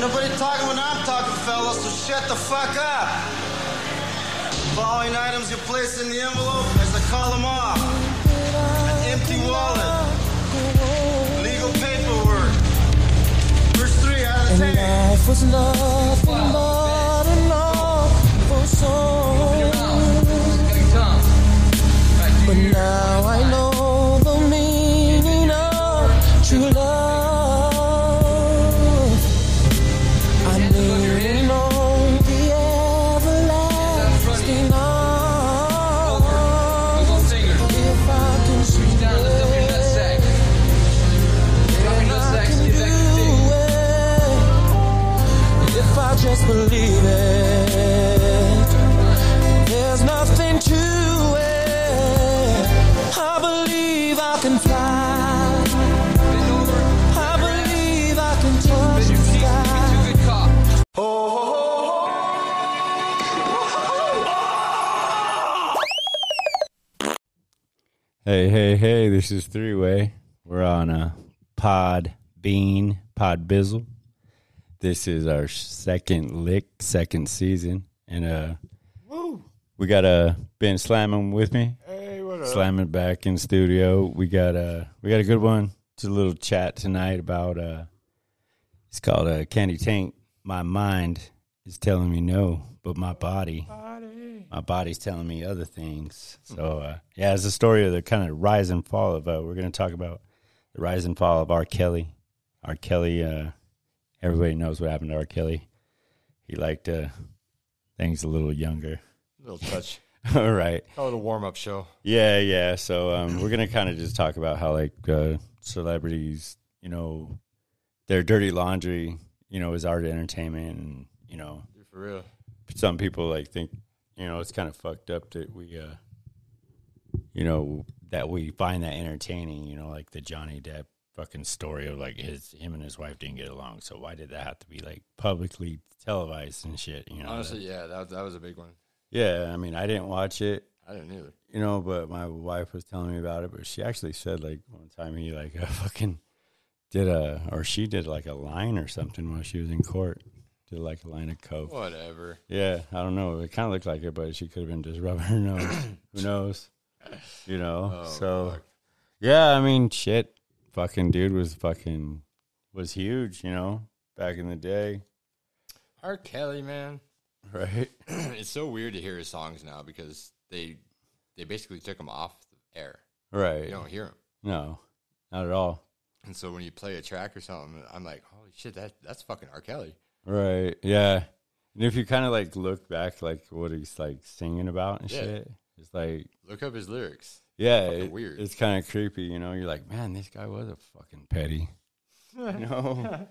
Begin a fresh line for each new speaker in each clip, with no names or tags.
nobody talking when I'm talking, fellas, so shut the fuck up. Following items you place in the envelope as I call them off. An empty wallet. Legal paperwork. First three out of the ten.
Life was nothing but a lawful song. But now I know the meaning of true love. I'm leaning on the everlasting arms. If I can see If I just believe it, there's nothing to it. I believe I can fly. I believe I can touch the sky.
Hey, hey, hey, this is Three Way. We're on a pod bean, pod bizzle. This is our second lick, second season. And uh we got uh Ben Slamming with me. Hey, what up? Slamming back in studio. We got uh we got a good one. Just a little chat tonight about uh it's called uh Candy Tank. My mind is telling me no, but my body my body's telling me other things. So uh, yeah, it's the story of the kind of rise and fall of. Uh, we're going to talk about the rise and fall of R. Kelly. R. Kelly. Uh, everybody knows what happened to R. Kelly. He liked uh, things a little younger.
Little touch.
All right.
Call it a warm up show.
Yeah, yeah. So um, we're gonna kind of just talk about how like uh, celebrities, you know, their dirty laundry, you know, is art entertainment, and you know,
For real.
some people like think you know it's kind of fucked up that we uh you know that we find that entertaining you know like the johnny depp fucking story of like his him and his wife didn't get along so why did that have to be like publicly televised and shit you know
Honestly, yeah, that, that was a big one.
yeah i mean i didn't watch it
I didn't either.
you know, but my wife was telling me about it, but she actually said like one time he like uh, fucking did a or she did like a line or something while she was in court. Did like a line of coke.
Whatever.
Yeah, I don't know. It kind of looked like it, but she could have been just rubbing her nose. Who knows? You know. so
Oh, fuck.
yeah, I mean, shit, fucking dude was fucking was huge. You know, back in the day,
R. Kelly, man.
right?
it's so weird to hear his songs now because they they basically took him off the air.
Right.
You don't hear him.
No, not at all.
And so when you play a track or something, I'm like, holy shit, that that's fucking R. Kelly.
Right. Yeah. And if you kind of like look back, like what he's like singing about and
Yeah.
shit, it's like,
Look up his lyrics.
yeah,
Fucking
it-
weird.
it's kind of creepy. You know, you're like, man, this guy was a fucking petty. You know.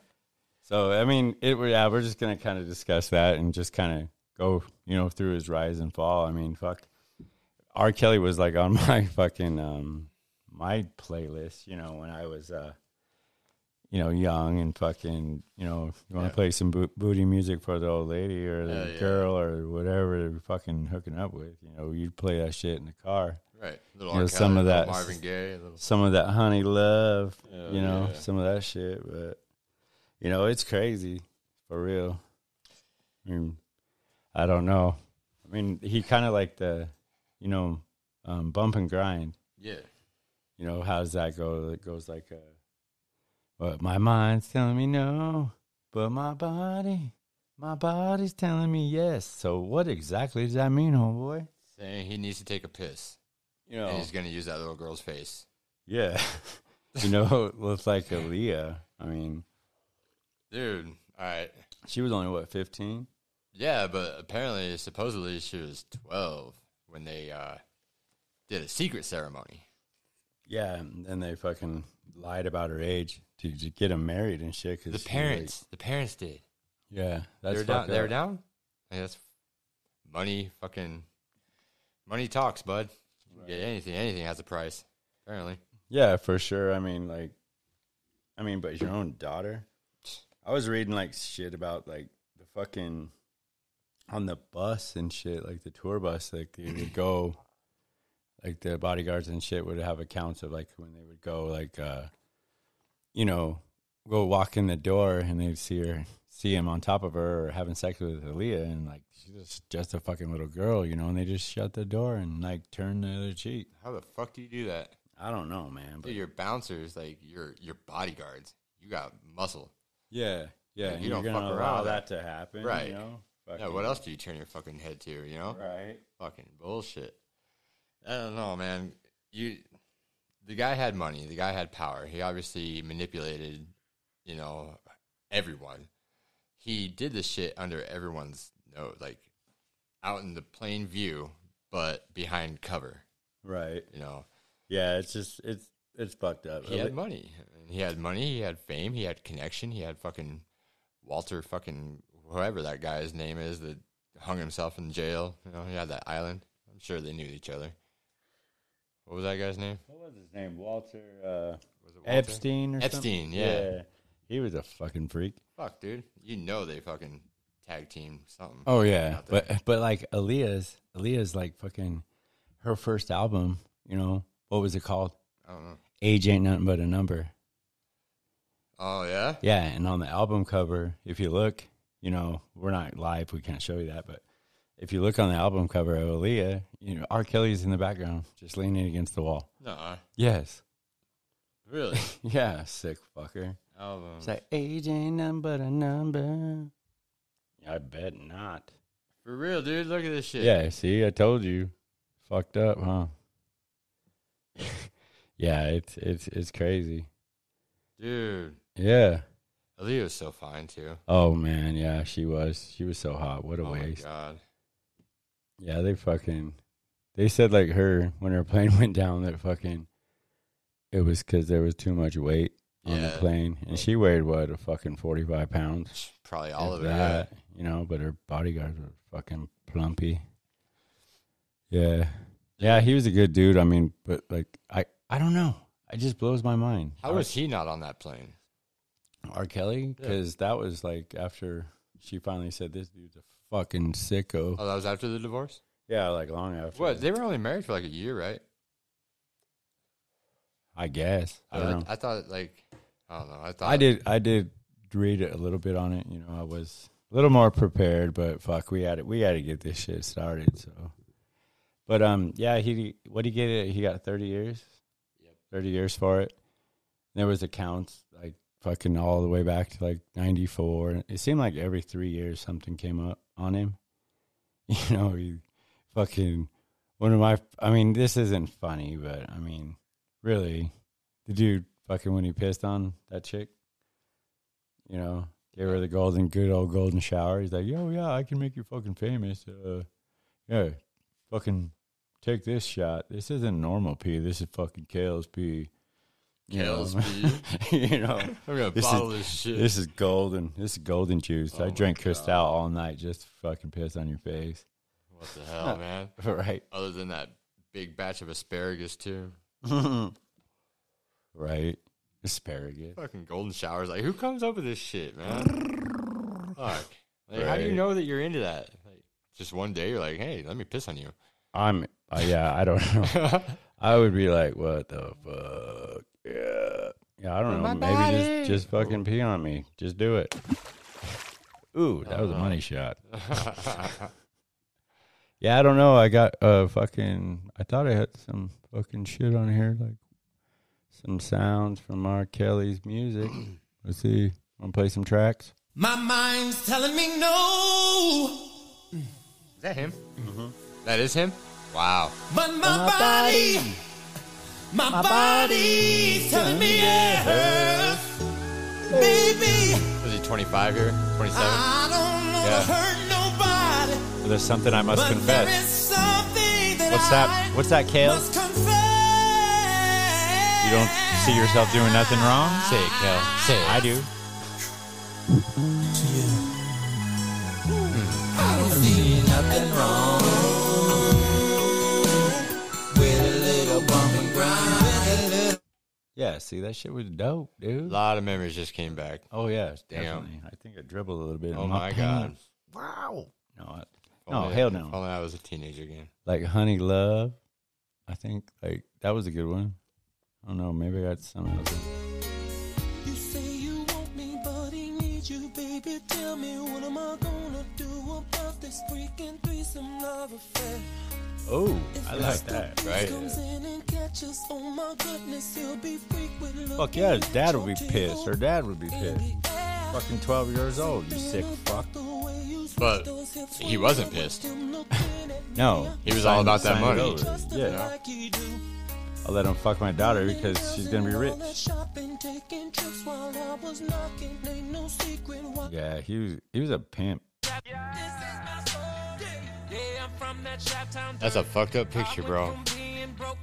so I mean, it. we- Yeah, we're just gonna kind of discuss that and just kind of go, you know, through his rise and fall. I mean, fuck. R. Kelly was like on my fucking um my playlist. You know, when I was uh you know, young and fucking, you know, you want to
Yeah.
play some bo- booty music for the old lady or the
Hell yeah.
girl or whatever they're fucking hooking up with. You know, you'd play that shit in the car.
Right. Little
You know,
R. Kelly,
some of
little
that-
Marvin Gaye, a little
Some of that honey love,
Oh,
you know,
yeah.
some of that shit. But, you know, it's crazy for real. I mean, I don't know. I mean, he kind of like the, you know, um, bump and grind.
Yeah.
You know, how does that go? It goes like, uh, but my mind's telling me no, but my body, my body's telling me yes. So what exactly does that mean, homeboy?
Saying he needs to take a piss.
You know,
And he's gonna use that little girl's face.
yeah. you know, looks like Aaliyah. I mean,
Dude, all right.
she was only what fifteen.
Yeah, but apparently, supposedly, she was 12 when they uh, did a secret ceremony.
Yeah, and then they fucking lied about her age to, to get him married and shit. 'cause
The
she, like-
parents, the parents did.
yeah, that's
they were down.
fucked
They were
up.
down. Like, that's money. Fucking money talks, bud. You Get anything. Anything has a price. Apparently,
Yeah, for sure. I mean, like, I mean, but your own daughter. I was reading like shit about like the fucking on the bus and shit, like the tour bus, like they would go, like the bodyguards and shit would have accounts of like when they would go, like, uh, you know, go walk in the door and they'd see her, see him on top of her or having sex with Aaliyah, and like she's just just a fucking little girl, you know. And they just shut the door and like turn the other cheek.
How the fuck do you do that?
I don't know, man. But
Dude, your bouncers, like your your bodyguards, you got muscle.
yeah, yeah,
you
and
don't
you're gonna
fuck around
allow
with
that to happen,
Right.
You know?
Yeah,
Fucking-
what else do you turn your fucking head to? You know,
Right.
fucking bullshit. I don't know, man. You, the guy had money. The guy had power. He obviously manipulated, you know, everyone. He did this shit under everyone's nose, like out in the plain view, but behind cover.
Right.
You know,
Yeah, it's just it's it's fucked up.
he had money. I mean, he had money. He had fame. He had connection. He had fucking Walter fucking whoever that guy's name is that hung himself in jail. You know, he had that island. I'm sure they knew each other. What was that guy's name?
what was his name? Walter uh,
Was it Walter?
Epstein or
Epstein,
something?
yeah.
He was a fucking freak.
Fuck, dude. You know they fucking tag team something.
Oh yeah,
out there.
but but like Aaliyah's Aaliyah's like fucking her first album. You know what was it called?
I don't know.
Age ain't nothing but a number.
Oh yeah.
Yeah, and on the album cover, if you look, you know we're not live, we can't show you that, but if you look on the album cover of Aaliyah, you know R. Kelly's in the background, just leaning against the wall.
Nah.
Yes.
Really?
Yeah, sick fucker.
Album.
It's like age ain't nothing but a number. I bet not.
For real, dude. Look at this shit.
Yeah, see, I told you. Fucked up, huh? yeah, it's it's it's crazy.
Dude.
Yeah.
Aaliyah was so fine too.
Oh man, yeah, she was. She was so hot. What a
Oh my
waste.
god.
Yeah, they fucking they said like her when her plane went down that fucking it was cuz there was too much weight on the
Yeah.
plane and she weighed what a fucking 45 pounds.
Probably all
if
of it. yeah.
you know. But her bodyguards were fucking plumpy. Yeah, yeah, he was a good dude. I mean, but like, I, I don't know. It just blows my mind.
How
R-
was he not on that plane?
R. Kelly? Because that was like after she finally said, "This dude's a fucking sicko."
Oh, that was after the divorce.
yeah, like long after.
What? They were only married for like a year, right?
I guess. I don't know.
I, thought like I don't know. I thought
I did. I did read a little bit on it. You know, I was a little more prepared, but fuck, we had it. We had to get this shit started. So, but um, yeah, he what he get it. He got thirty years. Yep. Thirty years for it. There was accounts like fucking all the way back to like ninety four. It seemed like every three years something came up on him. You know, he fucking one of my. I mean, this isn't funny, but I mean, really, the dude fucking when he pissed on that chick, you know, gave her the golden, good old golden shower. He's like, yo, yeah, I can make you fucking famous. Uh, yeah, fucking take this shot. This isn't normal pee. This is fucking Kale's pee. You know?
Kale's pee?
you know,
We're gonna
This is-
bottle this shit.
this is golden. This is golden juice.
Oh
I
my
drank
God.
Cristal all night just to fucking piss on your face.
what the hell, man?
right.
Other than that big batch of asparagus too.
Right. Asparagus.
Fucking golden showers. Like who comes up with this shit, man? Fuck. Like how do you
Right.
know that you're into that? Like just one day you're like, hey, let me piss on you.
I'm uh, yeah, I don't know. I would be like, what the fuck? Yeah. Yeah, I don't know.
my
Maybe
body.
just just fucking pee on me. Just do it. Ooh, that was a money shot. yeah, I don't know. I got uh fucking I thought I had some fucking shit on here, like some sounds from R. Kelly's music. Let's see. Wanna play some tracks?
My mind's telling me no,
Is that him?
Mm-hmm.
That is him. Wow.
but my, body, my, body's telling me yes. Baby,
Was he 25 here? 27?
I don't wanna
Yeah.
hurt nobody,
There's something I must
but there is something that
What's that?
I
What's that, Kale?
must confess.
You don't see yourself doing nothing wrong?
Say it, Kel. Say it.
Ah. I do. Yeah, see that shit was dope,
A
dude.
lot of memories just came back.
Oh yeah,
Damn.
definitely. I think I dribbled a little bit. in
Oh my Oh, god.
pants. Wow. No, I,
If
no,
only-
hell
If
no.
only I was a teenager again.
Like Honey Love, I think like that was a good one. I don't know, maybe I got something else.
You say you want Anybody need you, baby? Tell me what am I gonna do about this freaking threesome love affair?
Oh,
If
I like
Mr.
that.
Beast
right?
Comes in and catches, oh my goodness, he'll be freaked with
Fuck
looking
yeah, his dad would be
at your
pissed. Her dad would be
in
pissed.
the air.
Fucking 12 years old, you sick fuck.
But he wasn't pissed.
No.
He was all about that
Sign it
money.
over. Yeah. I'll let him fuck my daughter because she's going to be rich.
Yeah.
Yeah, he was he was a pimp.
That's a fucked up picture, bro.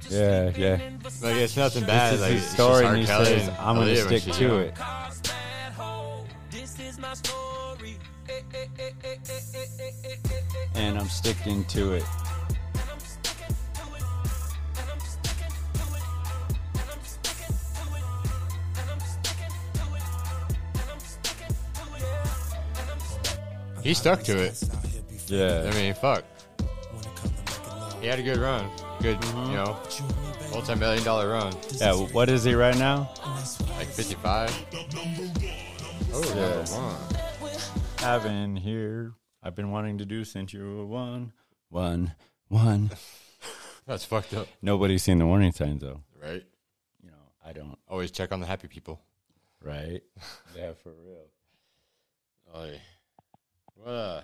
Yeah, yeah.
Like it's nothing bad.
this is
like,
his
it's just
story
R.
and he
Kelly
says,
and
I'm going
Aaliyah when
to stick
she's
to
young."
it.
This is my story.
And I'm sticking to it.
He stuck to it. I
Yeah.
mean, fuck. He had a good run. Good,
Mm-hmm.
you know, multi-million dollar run.
Yeah, what is he right now?
Like 55. Oh,
Yeah.
yeah.
I've been here. I've been wanting to do since you were one, one, one.
That's fucked up.
Nobody's seen the warning signs though.
Right?
You know, I don't.
Always check on the happy people.
Right? yeah, for real.
Oy. What, uh,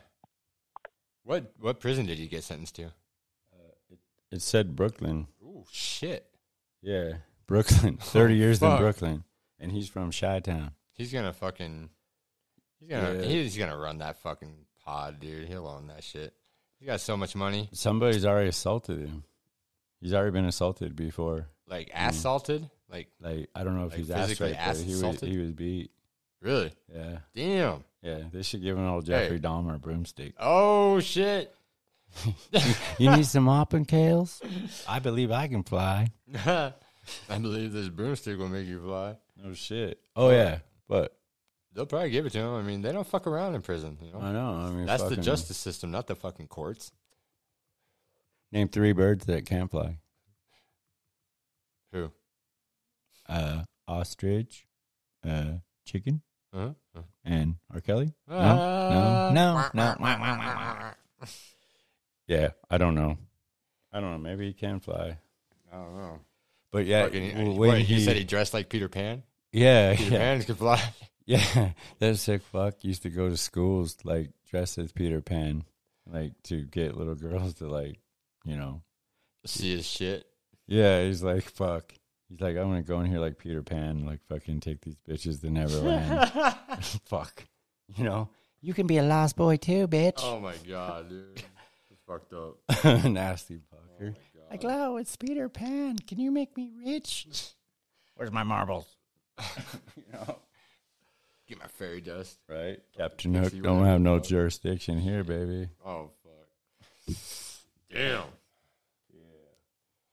what, what prison did you get sentenced to?
It said Brooklyn.
Ooh, shit.
Yeah, Brooklyn. Thirty years in
fuck.
Brooklyn, and he's from Chi Town.
He's gonna fucking. He's gonna.
Yeah.
He's gonna run that fucking pod, dude. He'll own that shit. He's got so much money.
Somebody's already assaulted him. He's already been assaulted before.
Like
Mm.
assaulted. Like
Like I don't know if
Like
he's ass
physically
right, but he was
assaulted?
he was beat.
really?
Yeah,
Damn.
yeah. They should give an old Jeffrey Dahmer a broomstick.
Oh shit.
you need some mopping tails? I believe I can fly.
I believe this broomstick will make you fly.
Oh shit. Oh yeah, but
They'll probably give it to him. I mean, they don't fuck around in prison. You know?
I know. I mean,
That's the
fucking-
justice system, not the fucking courts.
Name three birds that can fly.
Who?
Uh, ostrich, uh, chicken,
Huh?
and R. Kelly. No,
Ah.
no, no, no. yeah, I don't know. I don't know. Maybe he can fly,
I don't know.
but yeah,
Fucking,
when
wait,
he,
you said he dressed like Peter Pan.
yeah,
Peter
yeah,
Pan could fly.
yeah. That sick fuck used to go to schools like dressed as Peter Pan, like to get little girls to like, you know,
See his shit.
Yeah, he's like, fuck. He's like, I'm gonna go in here like Peter Pan, like fucking take these bitches to Neverland. fuck. You know? You can be a lost boy too, bitch.
Oh my god, dude. It's fucked up.
Nasty fucker. like, oh, it's Peter Pan. Can you make me rich? Where's my marbles?
Get my fairy dust.
Right? Captain
Pixie,
Hook don't
whatever
have no jurisdiction here, baby.
Oh fuck. Damn.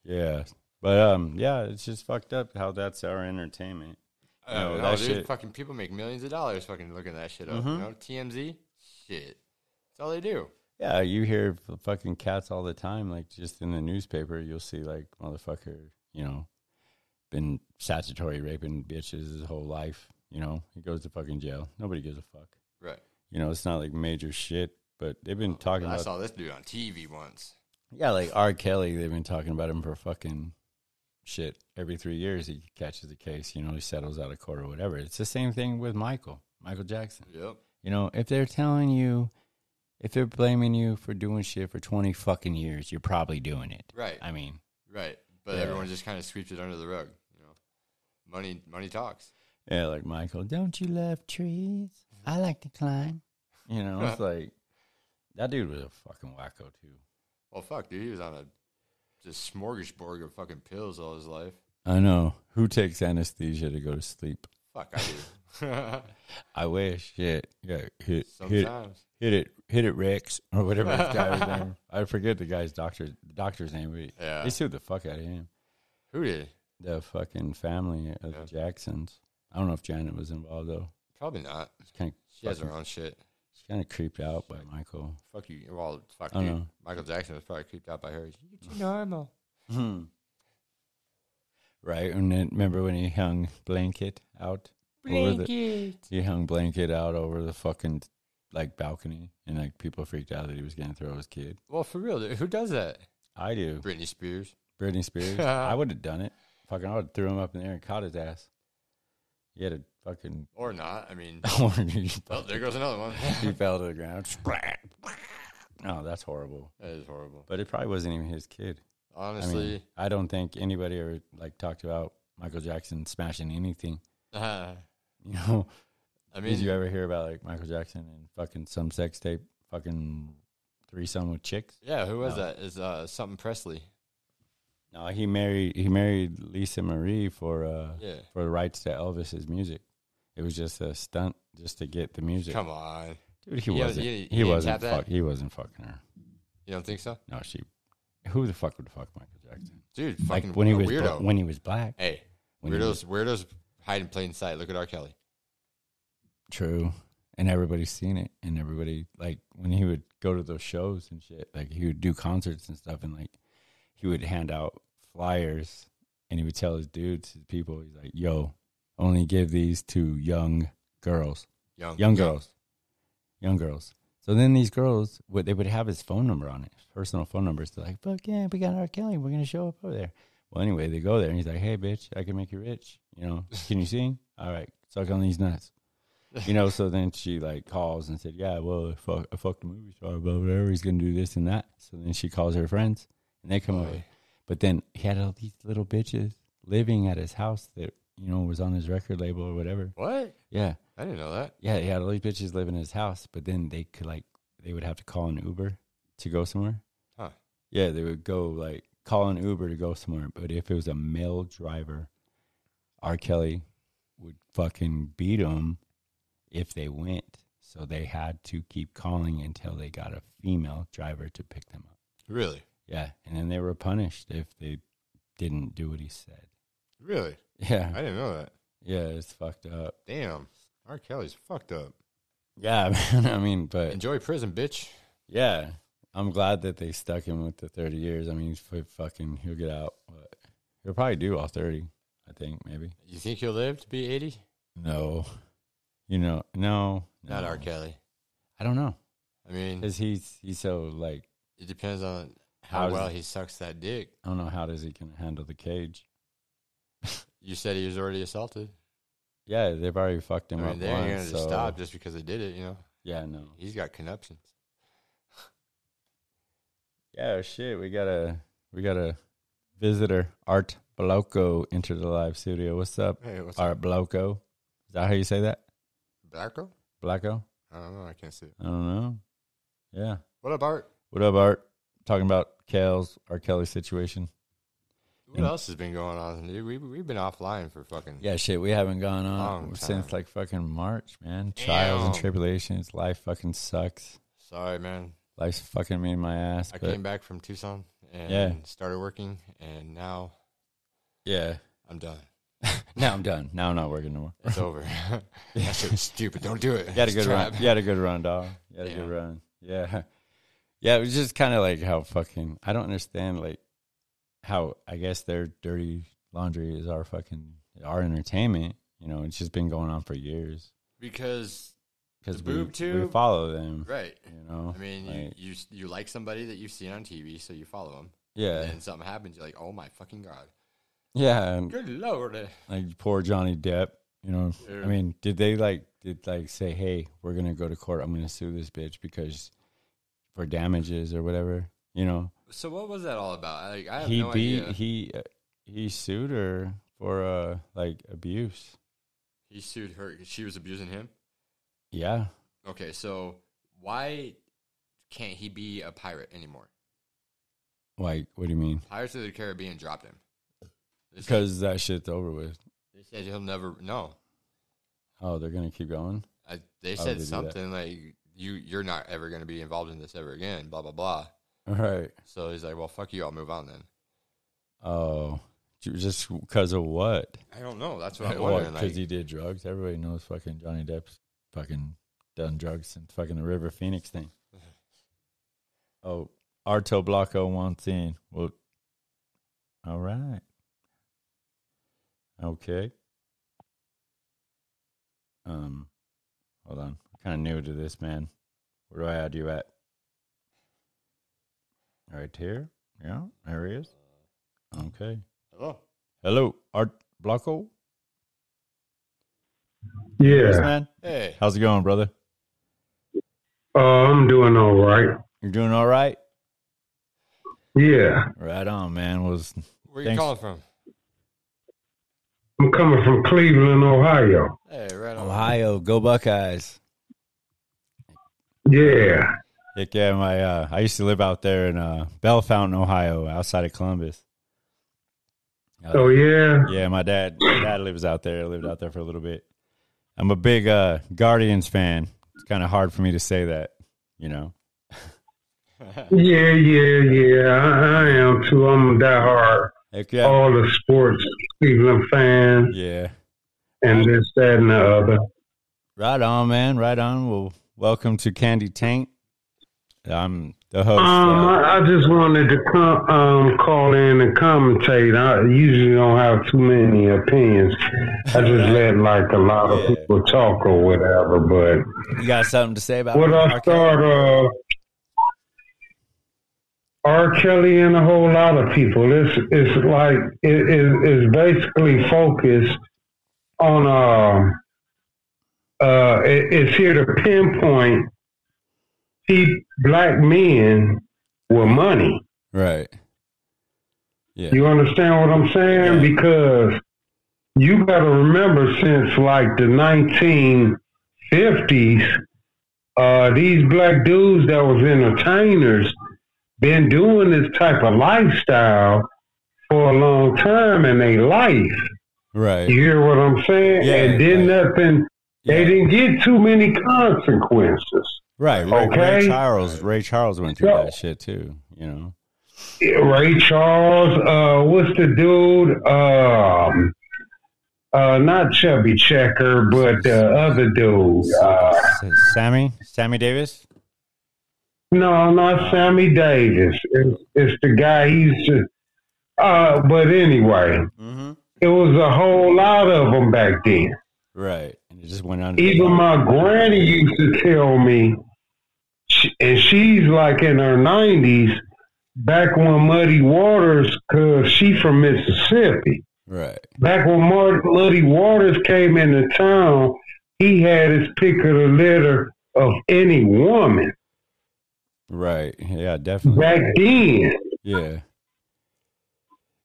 Yeah. But um, yeah, it's just fucked up how that's our entertainment. You know,
Oh,
that
dude,
shit- Mm-hmm.
fucking people make millions of dollars fucking looking that shit up. You know, TMZ, shit. That's all they do.
Yeah, you hear f- fucking cats all the time. Like just in the newspaper, you'll see like motherfucker, you know, been statutory raping bitches his whole life. You know, he goes to fucking jail. Nobody gives a fuck.
Right.
You know, it's not like major shit, but they've been talking
Oh, I
about
saw this dude on TV once.
yeah, like R. Kelly. They've been talking about him for fucking shit. Every three years, he catches a case. You know, he settles out of court or whatever. It's the same thing with Michael, Michael Jackson.
Yep.
You know, if they're telling you, if they're blaming you for doing shit for 20 fucking years, you're probably doing it.
Right.
I mean,
Right. But
Yeah.
everyone just kind of sweeps it under the rug. You know, money, money talks.
yeah, like Michael, don't you love trees?
Mm-hmm.
I like to climb. You know, it's like, that dude was a fucking wacko, too.
Well, fuck, dude. He was on a just smorgasbord of fucking pills all his life.
I know. Who takes anesthesia to go to sleep?
Fuck, I do.
I wish. Shit. Yeah. Hit, hit,
Sometimes.
hit it. Hit it, Rex, or whatever this guy's name. I forget the guy's doctor, doctor's name, but
Yeah.
they sued the fuck out of him.
Who did?
the fucking family of
Yeah.
the Jacksons. I don't know if Janet was involved though.
Probably not.
She's kind
She has her
of
own shit.
she's kind of creeped out by Michael.
Fuck you. Well, fuck
I
dude.
know.
Michael Jackson was probably creeped out by her. You're too normal.
right, and then remember when he hung blanket out over the- he hung blanket out over the fucking like balcony, and like people freaked out that he was gonna throw his kid.
Well, for real, dude, who does that?
I do.
Britney Spears.
Britney Spears. I would have done it. Fucking, I would have threw him up in the air and caught his ass. He had a fucking.
Or not. I mean,
he
oh, there goes another one.
fell to the ground. Splat. No, that's horrible.
that is horrible.
But it probably wasn't even his kid. I
Honestly,
mean, I don't think anybody ever like talked about Michael Jackson smashing anything.
uh,
You know,
I
did
mean,
you ever hear about like Michael Jackson and fucking some sex tape, fucking threesome with chicks?
yeah, who was
No.
that? Is uh, something Presley?
No, he married he married Lisa Marie for uh
Yeah.
for the rights to Elvis's music. It was just a stunt just to get the music.
Come on,
Dude, he
He was-
wasn't.
he-
He,
he didn't
wasn't.
tap that?
Fuck, he wasn't fucking her.
you don't think so,
No, she. Who the fuck would fuck Michael Jackson?
dude? Fucking
like when he
a
was bla-
weirdo.
when he was black.
hey,
when he was-
weirdos, weirdos hide in plain sight. Look at R. Kelly.
True. And everybody's seen it. And everybody, like, when he would go to those shows and shit, like, he would do concerts and stuff. And, like, he would hand out flyers and he would tell his dudes, his people, he's like, yo, only give these to young girls,
Young,
young girls, young girls. So then these girls, would they would have his phone number on it, his personal phone numbers. They're like, fuck yeah, we got R. Kelly. We're going to show up over there. Well, anyway, they go there and he's like, hey, bitch, I can make you rich. You know, can you sing? All right, suck on these nuts you know, so then she like calls and said, "Yeah, well, I fuck, I fucked a movie star, blah, whatever. He's gonna do this and that." So then she calls her friends, and they come over. But then he had all these little bitches living at his house that you know was on his record label or whatever.
What?
Yeah,
I didn't know that.
yeah, he had all these bitches living in his house. But then they could like they would have to call an Uber to go somewhere.
Huh.
Yeah, they would go like call an Uber to go somewhere. But if it was a male driver, R. Kelly would fucking beat them if they went. So they had to keep calling until they got a female driver to pick them up.
Really?
Yeah, and then they were punished if they didn't do what he said.
Really? I
Yeah,
didn't know that.
yeah, it's fucked up.
Damn, R. Kelly's fucked up.
Yeah, man. I mean, but
Enjoy prison, bitch.
yeah, I'm glad that they stuck him with the 30 years. I mean, he's fu- fucking, he'll get out. But he'll probably do all 30, I think, maybe.
You think he'll live to be eighty?
No, you know, no,
Not
no.
R. Kelly.
I don't know
I mean,
because he's he's so like
it depends on
How
how
does
well
it-
he sucks that dick.
I don't know how does he can handle the cage.
You said he was already assaulted.
Yeah, they've already fucked him
I
up
mean, they ain't gonna
once.
just
So
stop just because they did it. You know,
yeah, no,
he's got connections.
yeah, shit. We got a we got a visitor, Art Bloco, into the live studio. What's up,
Hey, what's
Art Bloco? Is that how you say that,
Blacko?
Blacko?
I don't know. I can't see it.
I don't know. Yeah.
What up, Art?
What up, Art? Talking about Kale's R. Kelly situation.
What
And-
else has been going on? Dude, we we've been offline for fucking.
Mm. Yeah, shit, we haven't gone on
Long
since
time.
like fucking March, man. Trials and
Damn.
tribulations. Life fucking sucks.
Sorry, man.
Life's fucking me in my ass.
I
but
came back from Tucson and
Yeah.
started working, and now
yeah.
I'm done.
Now I'm done. Now I'm not working no more.
It's over. That shit was stupid. Don't do it.
You had a
It's
good
trap.
run. You had a good run, dog. You had a
Yeah.
good run. Yeah. Yeah, it was just kind of like how fucking I don't understand like how I guess their dirty laundry is our fucking our entertainment. You know, it's just been going on for years.
Because
Because
The
we,
boob
we
tube?
follow them.
right.
You know?
I mean,
like,
you, you you like somebody that you've seen on TV, so you follow them.
yeah.
And something happens, you're like, oh my fucking god,
Yeah. And
good lord.
like poor Johnny Depp. You know, I
Yeah.
mean, did they like did like say, "Hey, we're gonna go to court. I'm gonna sue this bitch because for damages or whatever." You know,
So what was that all about? Like, I have
he
no
beat
idea.
he uh, he sued her for uh like abuse.
He sued her. She was abusing him.
Yeah,
Okay, so why can't he be a pirate anymore?
like what do you mean?
Pirates of the Caribbean dropped him. They said-
Because that shit's over with.
they said he'll never. No,
Oh, they're gonna keep going.
I, they
How would they do
said
that?
something like you you're not ever going to be involved in this ever again. Blah blah blah.
All right.
So he's like, well, fuck you. I'll move on then.
Oh, ju- just because of what?
I don't know. That's what I'm
Because
wondering. Like,
he did drugs. Everybody knows fucking Johnny Depp's fucking done drugs since fucking the River Phoenix thing. Oh, Arto Blanco wants in. Well, all right. Okay. Um, hold on. kind of new to this, man. Where do I add you at? Right here. Yeah, there he is.
Uh,
Okay.
Hello.
Hello, Art Blocko. Yes,
Yeah.
man.
Hey.
How's it going, brother?
Uh, I'm doing all right.
You're doing all right?
Yeah.
Right on, man. Was
Where you
Thanks.
calling from?
I'm coming from Cleveland, Ohio.
Hey, right on.
Ohio. Go Buckeyes.
Yeah.
Heck yeah, my uh, I used to live out there in uh, Bell Fountain, Ohio, outside of Columbus. Uh,
Oh, yeah.
Yeah, my dad my dad lives out there. lived out there for a little bit. I'm a big uh, Guardians fan. It's kind of hard for me to say that, you know.
Yeah, yeah, yeah. I, I am too. I'm a diehard.
Heck yeah,
All the sports Cleveland fan
yeah.
and this, that, and the other.
Right on, man. Right on. Well, welcome to Candy Taint. I'm the host.
Um,
uh,
I, I just wanted to com- um, call in and commentate. I usually don't have too many opinions. I just let like a lot of
Yeah.
people talk or whatever. But
you got something to say about
Would I
R. Kelly?
start uh, R. Kelly and a whole lot of people? It's it's like it is it's basically focused on um uh it, it's here to pinpoint cheap black men with money.
Right. Yeah.
You understand what I'm saying?
Yeah.
Because you got to remember, since like the 1950s, uh, these black dudes that was entertainers been doing this type of lifestyle for a long time in their life.
right.
You hear what I'm saying?
Yeah,
and then
right.
nothing. They
Yeah.
didn't get too many consequences.
Right. Ray, Ray
Okay.
Charles. Ray Charles went through
So-
that shit too. You know.
Ray Charles. Uh, what's the dude? Um, uh, not Chubby Checker, but the other dude. Uh,
S- Sammy. Sammy Davis.
no, not Sammy Davis. It's, it's the guy he used to. Uh, but anyway,
Mm-hmm.
it was a whole lot of them back then.
Right. And it just went under.
Even my granny used to tell me, sh and she's like in her nineties. Back when Muddy Waters, cause she from Mississippi.
Right.
Back when Mark Muddy Waters came into town, he had his pick of the litter of any woman
Right. Yeah. Definitely.
back then.
Yeah.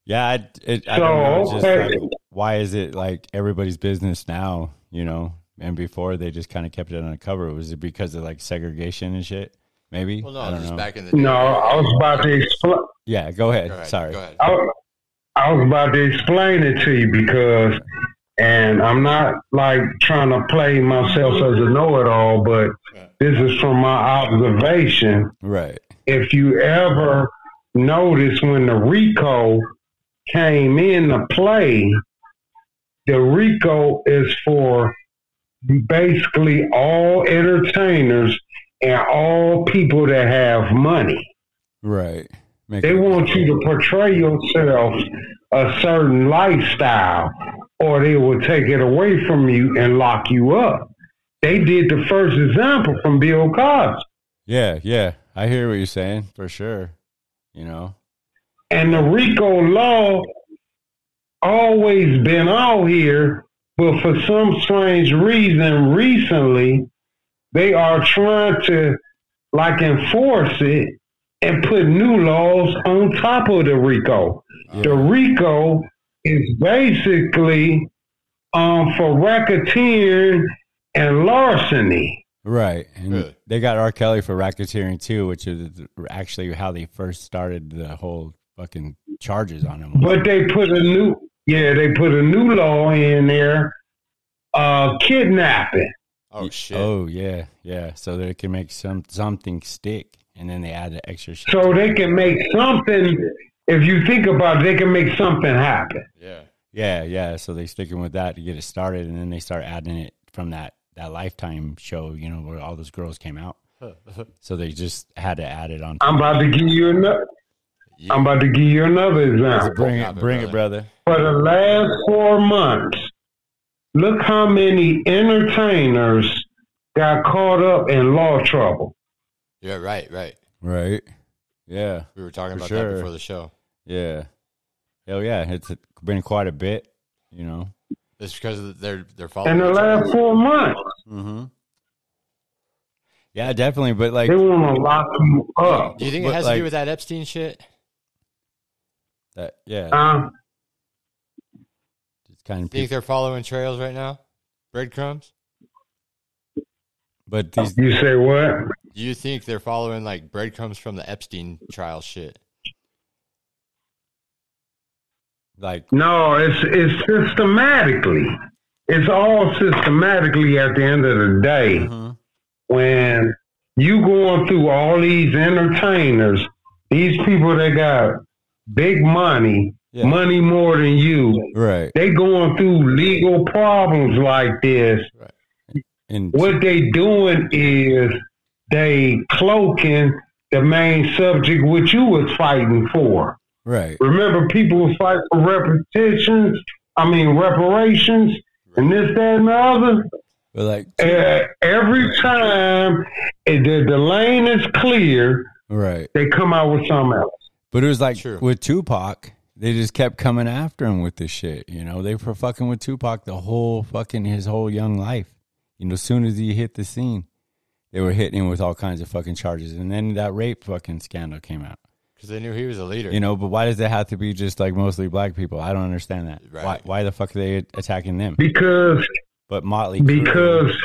Yeah, I, it, I don't know. It's just
So,
like, why is it like everybody's business now? You know, and before they just kind of kept it undercover. Was it because of like segregation and shit? Maybe.
Well,
I
no,
don't
just
know.
back in the day.
No, I was about to explain.
yeah, go ahead.
Go ahead,
Sorry.
Go ahead.
I, was- I was about to explain it to you because, and I'm not like trying to play myself as a know-it-all, but this is from my observation.
Right.
if you ever notice when the RICO came into play, the RICO is for basically all entertainers and all people that have money.
Right. Make
They
it-
want you to portray yourself a certain lifestyle, or they will take it away from you and lock you up. They did the first example from Bill Cosby.
Yeah, yeah. I hear what you're saying for sure. You know.
and the RICO law always been out here, but for some strange reason, recently they are trying to like enforce it and put new laws on top of the RICO. The RICO is basically um, for racketeering and larceny.
Right. And
Really?
they got R. Kelly for racketeering too, which is actually how they first started the whole fucking charges on him.
But they put a new yeah, they put a new law in there, uh, kidnapping.
Oh shit.
Oh yeah, yeah. So they can make some something stick, and then they add the extra shit.
So they can make something. If you think about it, they can make something happen.
Yeah.
yeah, yeah. So they sticking with that to get it started, and then they start adding it from that that Lifetime show, you know, where all those girls came out. so they just had to add it on.
I'm about to give you another.
Yeah.
I'm about to give you another
Let's
example.
bring
Copy,
it, bring it, brother.
For the last four months, Look how many entertainers got caught up in law trouble.
Yeah, right, right.
Right. Yeah.
We were
For
talking about
sure.
that before the show.
Yeah. Hell yeah. It's been quite a bit, you know.
It's because they're they're
Oh,
In
following.
the
each
last
other.
four months,
Mm-hmm. Yeah, definitely. But like,
they want to lock you up.
Do you think it
But,
has to
like-
do with that Epstein shit?
that, yeah,
Huh?
it's kind of.
Do you
People,
think they're following trails right now? Breadcrumbs?
but these,
You say what?
Do you think they're following like breadcrumbs from the Epstein trial shit?
like,
No, it's it's systematically. It's all systematically at the end of the day.
Mm-hmm.
Mhm.
When you going through all these entertainers, these people that got big money,
Yeah.
money more than you,
right,
they going through legal problems like this.
and
What they doing is they cloaking the main subject which you was fighting for.
right,
Remember, people fight for repetitions. I mean, reparations and this, that, and the other.
but like,
Uh, every time it- the, the lane is clear,
right.
they come out with something else.
But it was like
Sure.
with Tupac, they just kept coming after him with this shit. You know, they were fucking with Tupac the whole fucking his whole young life. You know, as soon as he hit the scene, they were hitting him with all kinds of fucking charges, and then that rape fucking scandal came out.
Because they knew he was a leader.
You know, but why does it have to be just like mostly black people? I don't understand that. Why,
Right.
why the fuck are they attacking them?
Because,
But Motley, Crue-
because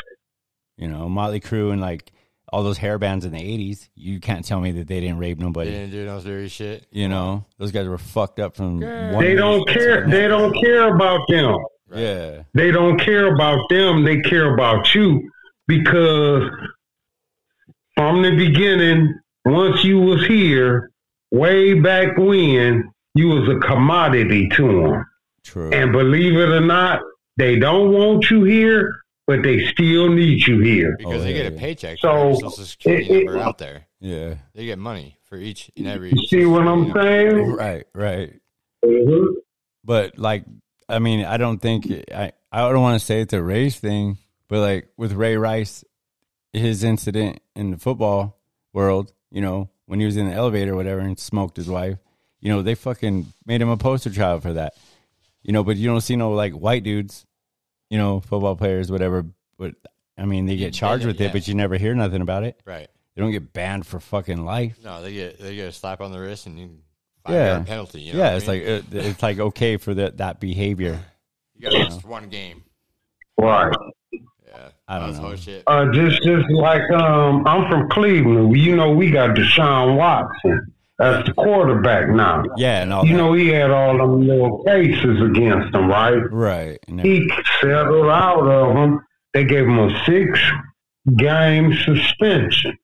you know, Motley Crue and like all those hair bands in the '80s, you can't tell me that they didn't rape
they
nobody.
didn't do no dirty shit.
You know, those guys were fucked up from. One
they don't care. They don't care about them.
Yeah,
They don't care about them. They care about you because from the beginning, once you was here, way back when, you was a commodity to them.
true.
And believe it or not, they don't want you here, but they still need you here.
Because
Oh,
they
yeah,
get a
yeah.
paycheck
So,
for every social security
it- it-
number out there.
yeah,
They get money for each and every.
You see what I'm saying?
right, right.
Mhm.
But like, I mean, I don't think I. I don't want to say it's a race thing, but like with Ray Rice, his incident in the football world, you know, when he was in the elevator or whatever and smoked his wife, you know, they fucking made him a poster child for that. You know, but you don't see no like white dudes, you know, football players, whatever. But I mean, they get charged with
yeah.
it, but you never hear nothing about it.
Right.
They don't get banned for fucking life.
No, they get they get a slap on the wrist and you five
Yeah.
yeah. penalty. You know
yeah,
what I
it's
mean?
like uh, it's like okay for that that behavior.
you got just one game.
Right.
Yeah,
I don't
That was
know.
whole shit.
Uh, just, just like um, I'm from Cleveland. You know, we got Deshaun Watson as the quarterback now.
Yeah, and all
You
that.
know, he had all them little cases against him, right?
right. And everything.
He settled out of them. They gave him a six game suspension.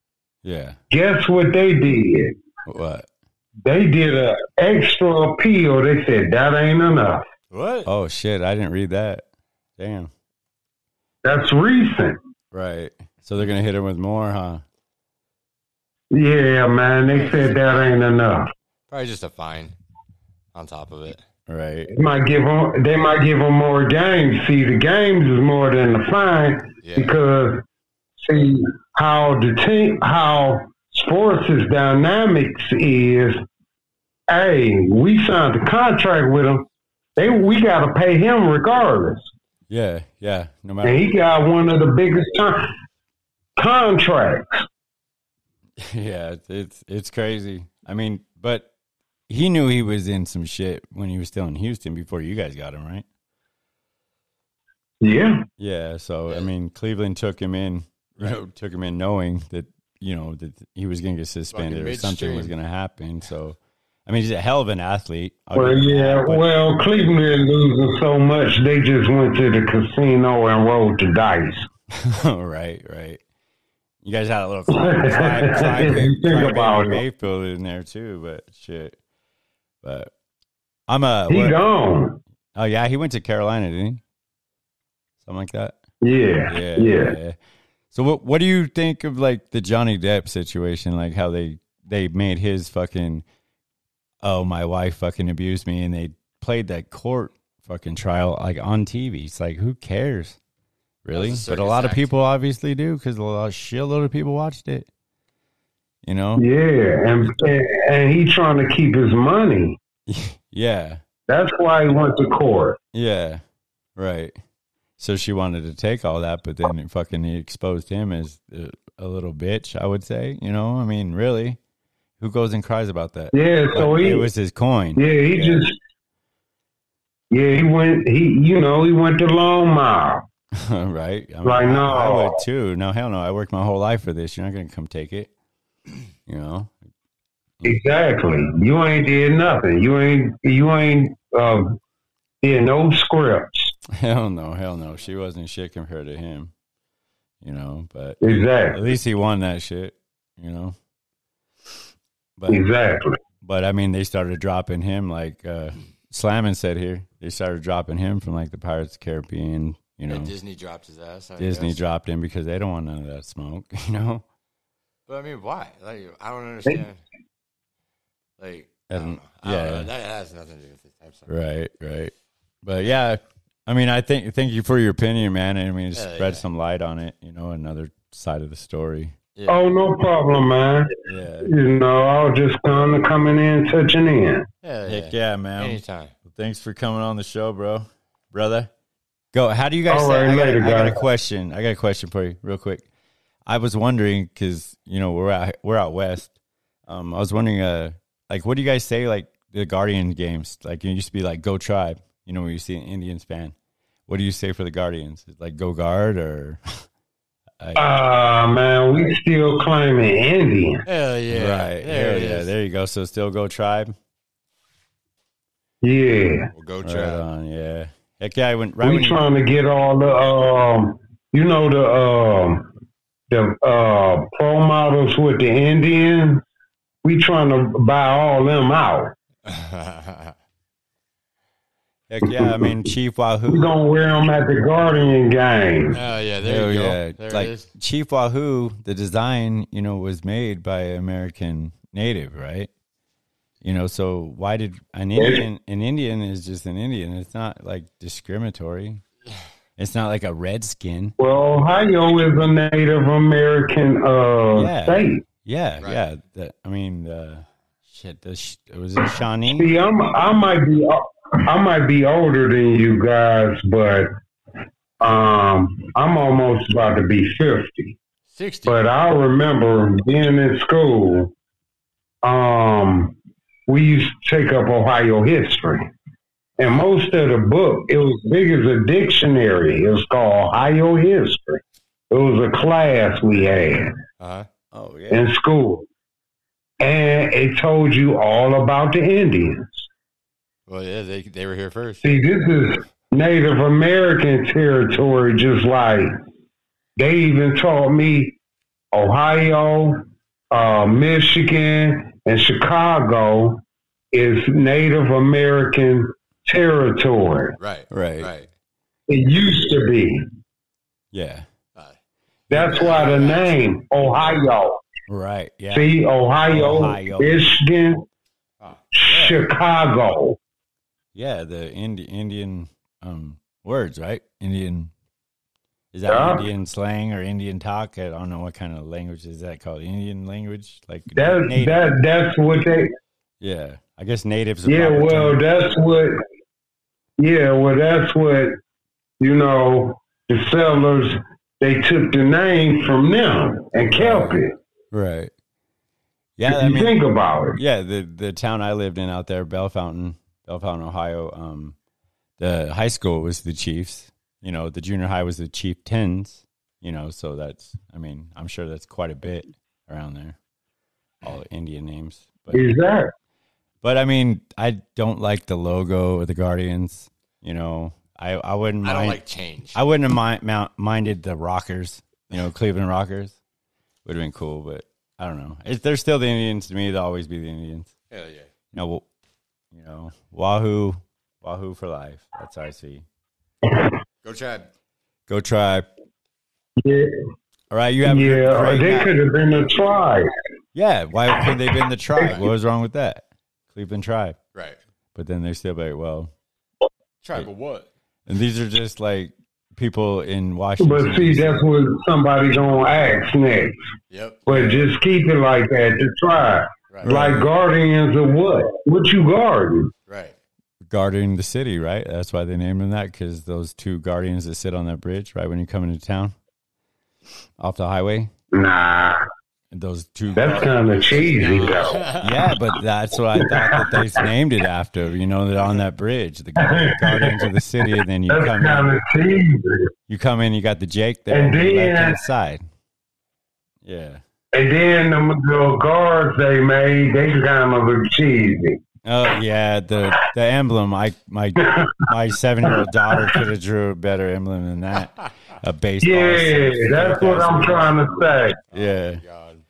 Yeah.
Guess what they did?
What?
They did a extra appeal. They said that ain't enough.
What?
Oh shit! I didn't read that. Damn.
That's recent.
Right. So they're gonna hit him with more, huh?
Yeah, man. They said that ain't enough.
Probably just a fine on top of it.
Right.
They might give them. They might give them more games. See, the games is more than the fine
Yeah.
because see how the team, how sports is dynamics is. Hey, we signed a contract with him. They we got to pay him regardless,
Yeah. Yeah. No matter.
and he got one of the biggest con- contracts.
yeah. it's- It's it's crazy. I mean, but he knew he was in some shit when he was still in Houston before you guys got him, right?
Yeah,
Yeah. So I mean, Cleveland took him in. You know, took him in knowing that you know that he was gonna get suspended or something
midstream.
was gonna happen. So, I mean, he's a hell of an athlete. I'll
well,
give him
yeah,
that, but-
well, Cleveland is losing so much they just went to the casino and rolled the dice.
right, right. You guys had a little climb, climb, climb,
Think
climb
about it.
Mayfield in there too, but shit. But I'm a.
He
what-
gone.
oh yeah, he went to Carolina, didn't he? Something like that.
Yeah,
Yeah,
yeah.
yeah. So what what do you think of like the Johnny Depp situation? Like how they they made his fucking oh my wife fucking abused me, and they played that court fucking trial like on TV. It's like who cares, really?
That's a
But a lot
circus
of
act.
people obviously do because a lot shitload of people watched it. You know,
Yeah, and, and and he trying to keep his money.
yeah,
That's why he went to court.
yeah, right. So she wanted to take all that, but then it fucking exposed him as uh, a little bitch. I would say, you know, I mean, really, who goes and cries about that?
Yeah, so
But
he
it was his coin.
yeah he
Yeah.
just yeah he went he you know he went the long mile.
right? I mean,
Right,
I-
no.
I would too. No, hell no. I worked my whole life for this. You're not going to come take it. You know?
Exactly. You ain't did nothing. You ain't you ain't uh, did no scripts.
Hell no, hell no. She wasn't shit compared to him. You know, but at
Exactly.
least he won that shit, you know? But
Exactly.
but I mean, they started dropping him like uh Slammin said here. They started dropping him from like the Pirates of the Caribbean, you know.
And Disney dropped his ass. I
Disney
guess.
dropped him because they don't want none of that smoke, you know?
But I mean, why? Like, I don't understand. Like, I
Um,
don't know. I don't
yeah.
know. That has nothing to do with this. I'm sorry.
Right, right. But yeah, I mean, I think thank you for your opinion, man. I mean, it
Hell
spread
yeah.
some light on it. You know, another side of the story.
Yeah.
Oh no problem, man.
Yeah,
You know I was just kind of coming in, touching in.
Hell yeah.
heck yeah, man.
Anytime.
Thanks for coming on the show, bro, brother. Go. How do you guys?
All
say,
right,
I, got,
later,
I got a
guys.
question. I got a question for you, real quick. I was wondering because you know we're out we're out west. Um, I was wondering, uh, like, what do you guys say like the Guardian games? Like, it used to be like Go Tribe. You know, when you see an Indians fan, what do you say for the Guardians? It's like Go Guard or
Uh,
Ah man, we still claiming Indian.
Hell yeah.
right?
There
hell
it
yeah,
is.
there you go. So still Go Tribe.
Yeah,
We'll go
Right
try.
on, yeah. Heck yeah, I went right when
we
you-
trying to get all the um, you know the um, the uh pro models with the Indian. We trying to buy all them out.
Heck yeah, I mean Chief Wahoo.
We gonna wear them at the Guardian game.
Hell yeah. There
Hell
you go.
yeah.
There
like
it is.
Chief Wahoo, the design, you know, was made by American Native, right? You know, so why did an Indian an Indian is just an Indian. It's not like discriminatory. It's not like a redskin.
Well, Ohio is a Native American uh,
Yeah.
state.
Yeah,
Right.
yeah. The, I mean, uh, shit. The, sh- was it Shawnee?
See, I'm, I might be I might be older than you guys, but um, I'm almost about to be fifty.
60.
But I remember being in school. Um, we used to take up Ohio history, and most of the book it was big as a dictionary. It was called Ohio history. It was a class we had
Uh-huh.
Oh yeah.
in school, and it told you all about the Indians.
Well, yeah, they, they were here first.
See, this is Native American territory, just like they even taught me Ohio, uh, Michigan, and Chicago is Native American territory.
Right.
Right.
Right.
It used to be.
Yeah.
Right.
That's why the name Ohio.
Right. Yeah.
See, Ohio,
Ohio.
Michigan,
Ah,
Chicago.
Yeah, the Indi- Indian um, words, right? Indian is that
Yeah.
Indian slang or Indian talk? I don't know what kind of language is that called. Indian language, like
That,
native.
that, that's what they.
yeah, I guess natives.
Yeah, well, that's what. Yeah, well, that's what you know. The settlers they took the name from them and kept it.
right. Yeah,
if
I
you
mean,
think about it,
yeah, the the town I lived in out there, Bell Fountain, Bell Fountain, Ohio. Um, the high school was the Chiefs. You know, the junior high was the Chief Tens. You know, so that's. I mean, I'm sure that's quite a bit around there. All Indian names, but
is that
but I mean, I don't like the logo or the Guardians. You know, I I wouldn't
I
mind.
don't like change.
I wouldn't have mind, mount, minded the Rockers. You know, Cleveland Rockers would have been cool, but I don't know. It's, they're still the Indians to me. They'll always be the Indians.
Hell yeah.
You know, well, you know, Wahoo, Wahoo for life. That's how I see.
Go try.
Go tribe.
yeah?
All right, you have a
Yeah, or
great
they
night.
could have been a tribe.
yeah. Why couldn't they been the tribe? What was wrong with that? Cleveland tribe.
Right.
But then they're still like, well,
Track of what?
And these are just like people in Washington.
But see, that's what somebody gonna ask next.
Yep.
But just keep it like that to try.
Right.
Like guardians of what? What you guarding?
Right.
guarding the city, right? That's why they named him that because those two guardians that sit on that bridge, right when you come into town, off the highway,
Nah,
and those two.
that's
guard-
kind of cheesy though.
yeah, but that's what I thought that they named it after. You know, that on that bridge, the guard- guardians of the city, and then you
That's
come
kind
in,
of cheesy.
you come in, you got the Jake there
And
on the
then-
left-hand side. Yeah.
And then the little guards they made, they kind of cheesy.
Oh yeah, the the emblem. I my my seven year old daughter could have drew a better emblem than that. A baseball.
Yeah, that's what I'm Oh, trying to say.
Yeah,
God.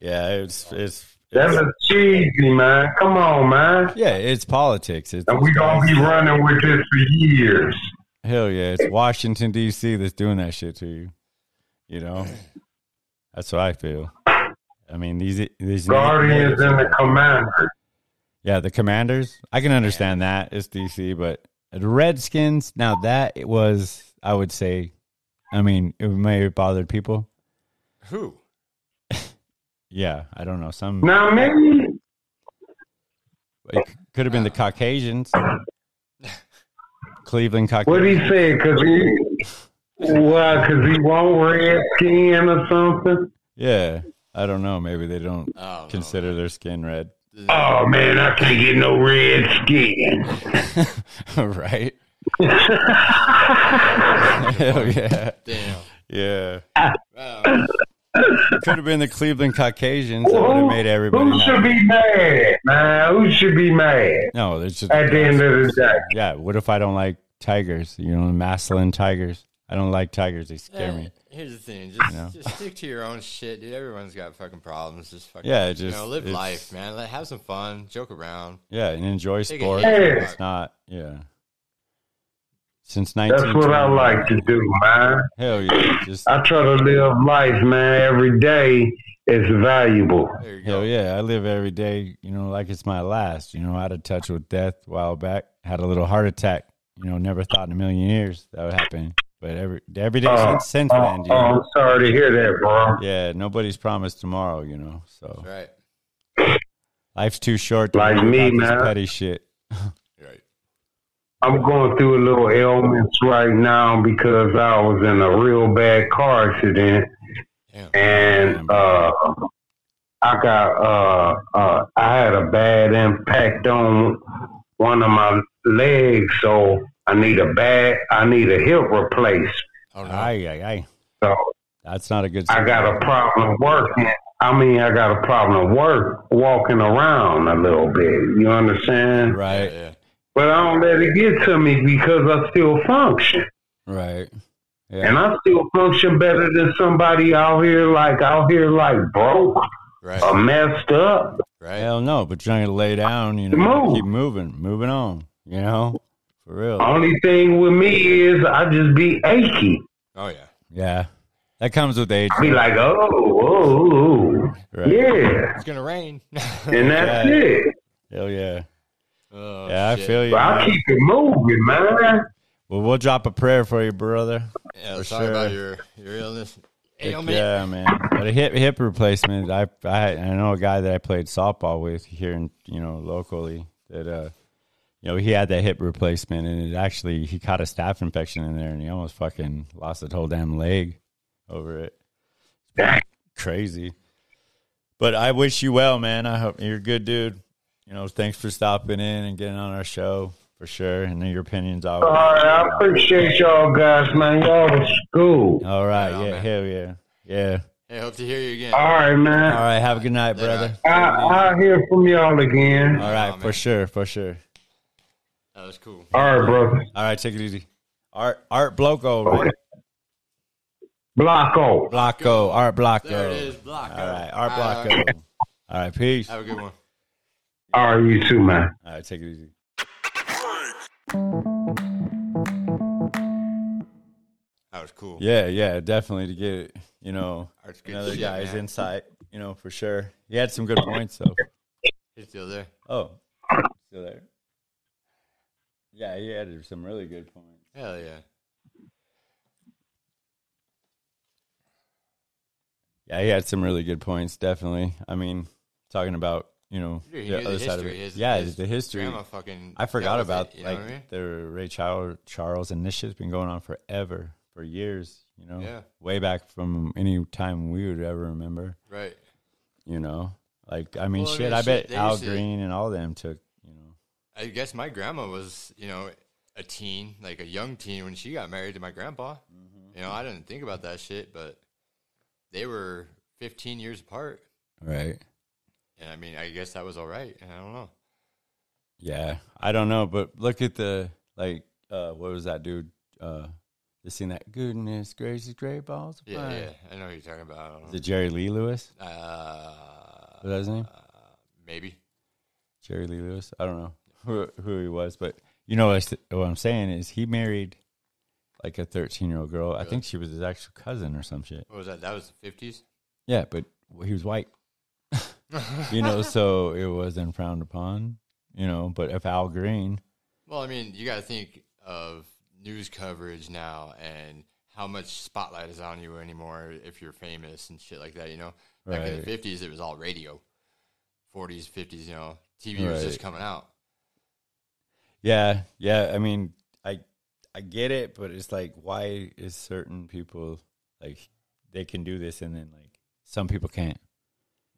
yeah. It's it's,
That's
it's-
a cheesy, man. Come on, man.
yeah. It's politics. It's
And we gonna be running with this for years.
hell yeah. It's Washington D.C. that's doing that shit to you. You know, that's what I feel. I mean these these
Guardians and the commanders.
Yeah, the Commanders. I can understand that. It's DC, but the Redskins. Now that it was, I would say, I mean, it may have bothered people.
Who?
Yeah, I don't know. Some
Now me,
it c- could have been the Caucasians, Cleveland
what he
Caucasians.
said, cause he, why, cause he won't red skin or something?
Yeah, I don't know. Maybe they don't
Oh,
consider their skin red,
Oh man, I can't get no red skin.
right? Hell yeah,
Damn.
yeah.
Wow.
Could have been the Cleveland Caucasians. That would have made everybody.
who should
happy.
be mad, man? Who should be mad
No, there's just
at the end of the day?
Yeah, what if I don't like tigers? You know, Maslin tigers. I don't like tigers. They scare
Eh,
me.
Here's the thing. Just,
know?
just stick to your own shit, dude. Everyone's got fucking problems. Just fucking,
Yeah,
you
just-
know, live
it's-
life, man. Let, have some fun, joke around.
Yeah, and enjoy
Take
sports.
it
easy.
It's not. Yeah. Since nineteen.
That's what I like to do, man.
Hell yeah! Just
I try to live life, man. Every day is valuable.
There you go.
hell yeah! I live every day. You know, like it's my last. You know, out of touch with death a while back. Had a little heart attack. You know, never thought in a million years that would happen. But every every day
Oh,
since since
oh,
then, you
oh,
know,
I'm sorry to hear that, bro.
yeah, nobody's promised tomorrow. You know, so
That's right.
life's too short. To
Like
worry
me,
about this
man.
Petty shit.
You're right.
I'm going through a little ailments right now because I was in a real bad car accident
Damn.
and uh, I got uh, uh, I had a bad impact on one of my legs, so I need a bad I need a hip replaced.
Oh, no.
Aye, aye, aye.
So
That's not a good.
I got a problem working. I mean, I got a problem work walking around a little bit. You understand?
Yeah,
Right,
yeah.
But I don't let it get to me because I still function.
right. Yeah.
And I still function better than somebody out here like out here like broke or
Um,
Right.
messed up.
Right.
Hell no, but you're not gonna lay down, you know,
Move.
keep moving, moving on, you know, for real.
Only thing with me is I just be achy.
Oh, yeah.
Yeah, that comes with age.
I be like, oh, oh, oh,
Right.
yeah,
It's going to rain.
and that's
Yeah.
it.
Hell yeah,
oh,
yeah, I
shit.
feel you.
But I
man.
keep it moving, man.
Well, we'll drop a prayer for you, brother.
Yeah,
For
sorry about
sure.
your, your illness.
Heck
Ailment.
yeah, man. But a hip hip replacement. I I I know a guy that I played softball with here, in, you know, locally. That uh, you know, he had that hip replacement, and it actually he caught a staph infection in there, and he almost fucking lost his whole damn leg over it. Crazy. But I wish you well, man. I hope you're a good, dude. You know, thanks for stopping in and getting on our show for sure. And your opinions always.
All right, I appreciate y'all guys, man. Y'all was cool.
All right,
Yeah,
yeah,
man.
hell yeah, yeah.
Hey, hope to hear you again.
All right,
All
man.
right, have a good night, brother.
I, I'll hear from y'all again.
All right,
Oh,
for
man.
sure, for sure.
That was cool.
All right, brother.
All right, take it easy. Art Art Bloco, right?
Block off.
Blocko, Art Blocko.
There it is. Block.
All right, Art Blocko. All right, peace.
Have a good one.
All right, you too, man.
All right, take it easy.
That was cool.
Yeah, yeah, definitely to get you know
That's good
another
shit,
guy's
man.
insight, you know for sure. He had some good Oh, points though.
He's still there.
Oh, still there. Yeah, he had some really good points.
Hell yeah.
Yeah, he had some really good points. Definitely. I mean, talking about you know
Dude, he
the
knew the
other side of
history.
it.
His-
yeah,
his
the history.
Grandma fucking.
I forgot
dealt with
about
it, you know
like
what I mean?
the Ray Charles, Charles, and this shit's been going on forever, for years. You know,
Yeah.
way back from any time we would ever remember.
right.
You know, like I mean,
Well, I
shit.
mean,
I
shit,
bet
they
Al
used to-
Green and all them took. You know,
I guess my grandma was, you know, a teen, like a young teen when she got married to my grandpa.
Mm-hmm.
You know, I didn't think about that shit, but they were 15 years apart.
right?
And I mean, I guess that was all right. I don't know.
Yeah, I don't know, but look at the like. uh What was that dude? uh They seen that goodness gracious, great balls. of
Yeah,
fire.
yeah. I know who you're talking about. I don't know.
Is it Jerry Lee Lewis?
Uh,
Was that his name?
maybe.
Jerry Lee Lewis. I don't know who who he was, but you know what, I, what I'm saying is he married like a 13 year old girl. I think she was his actual cousin or some shit.
What was that? That was the 50s?
Yeah, but he was white. you know, so it wasn't frowned upon. You know, but if Al Green,
Well, I mean, you got to think of news coverage now and how much spotlight is on you anymore if you're famous and shit like that, you know? Back in the
Right.
50s, it was all radio. 40s, 50s, you know, TV was just
Right.
coming out.
yeah, yeah. I mean, I I get it, but it's like, why is certain people like they can do this and then like some people can't,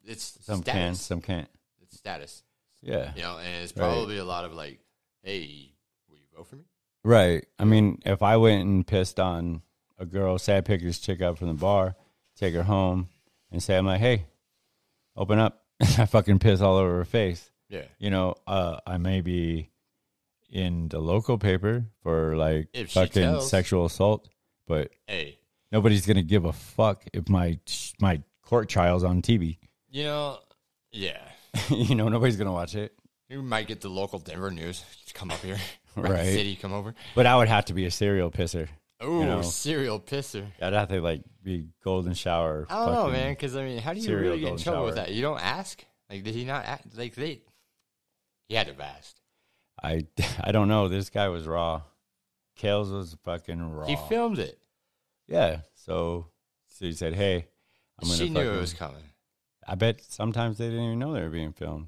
It's
some can,
status.
some can't.
It's status,
Yeah.
you know, and it's
Right.
probably a lot of like, hey, will you vote for me?
Right. I mean, if I went and pissed on a girl, say I picked this chick up from the bar, take her home, and say, I'm like, hey, open up. I fucking piss all over her face.
Yeah.
You know, uh, I may be in the local paper for like
If she
fucking
tells.
sexual assault, but
Hey,
nobody's going to give a fuck if my my court trial's on TV.
you know, yeah.
you know, nobody's going to watch it.
You might get the local Denver news to come up here.
Right.
Right. City, come over.
But I would have to be a serial pisser.
Oh,
know.
serial pisser.
I'd have to like be golden shower.
I don't know,
fucking-
man. Because I mean, how do you
cereal
really get in
golden
trouble with
shower.
that? You don't ask. Like, did he not ask? Like, they. He had to have asked.
I, I don't know. This guy was raw. Kales was fucking raw.
He filmed it.
yeah. So, so he said, "Hey, I'm gonna."
She knew it
fucking-
was coming.
I bet sometimes they didn't even know they were being filmed.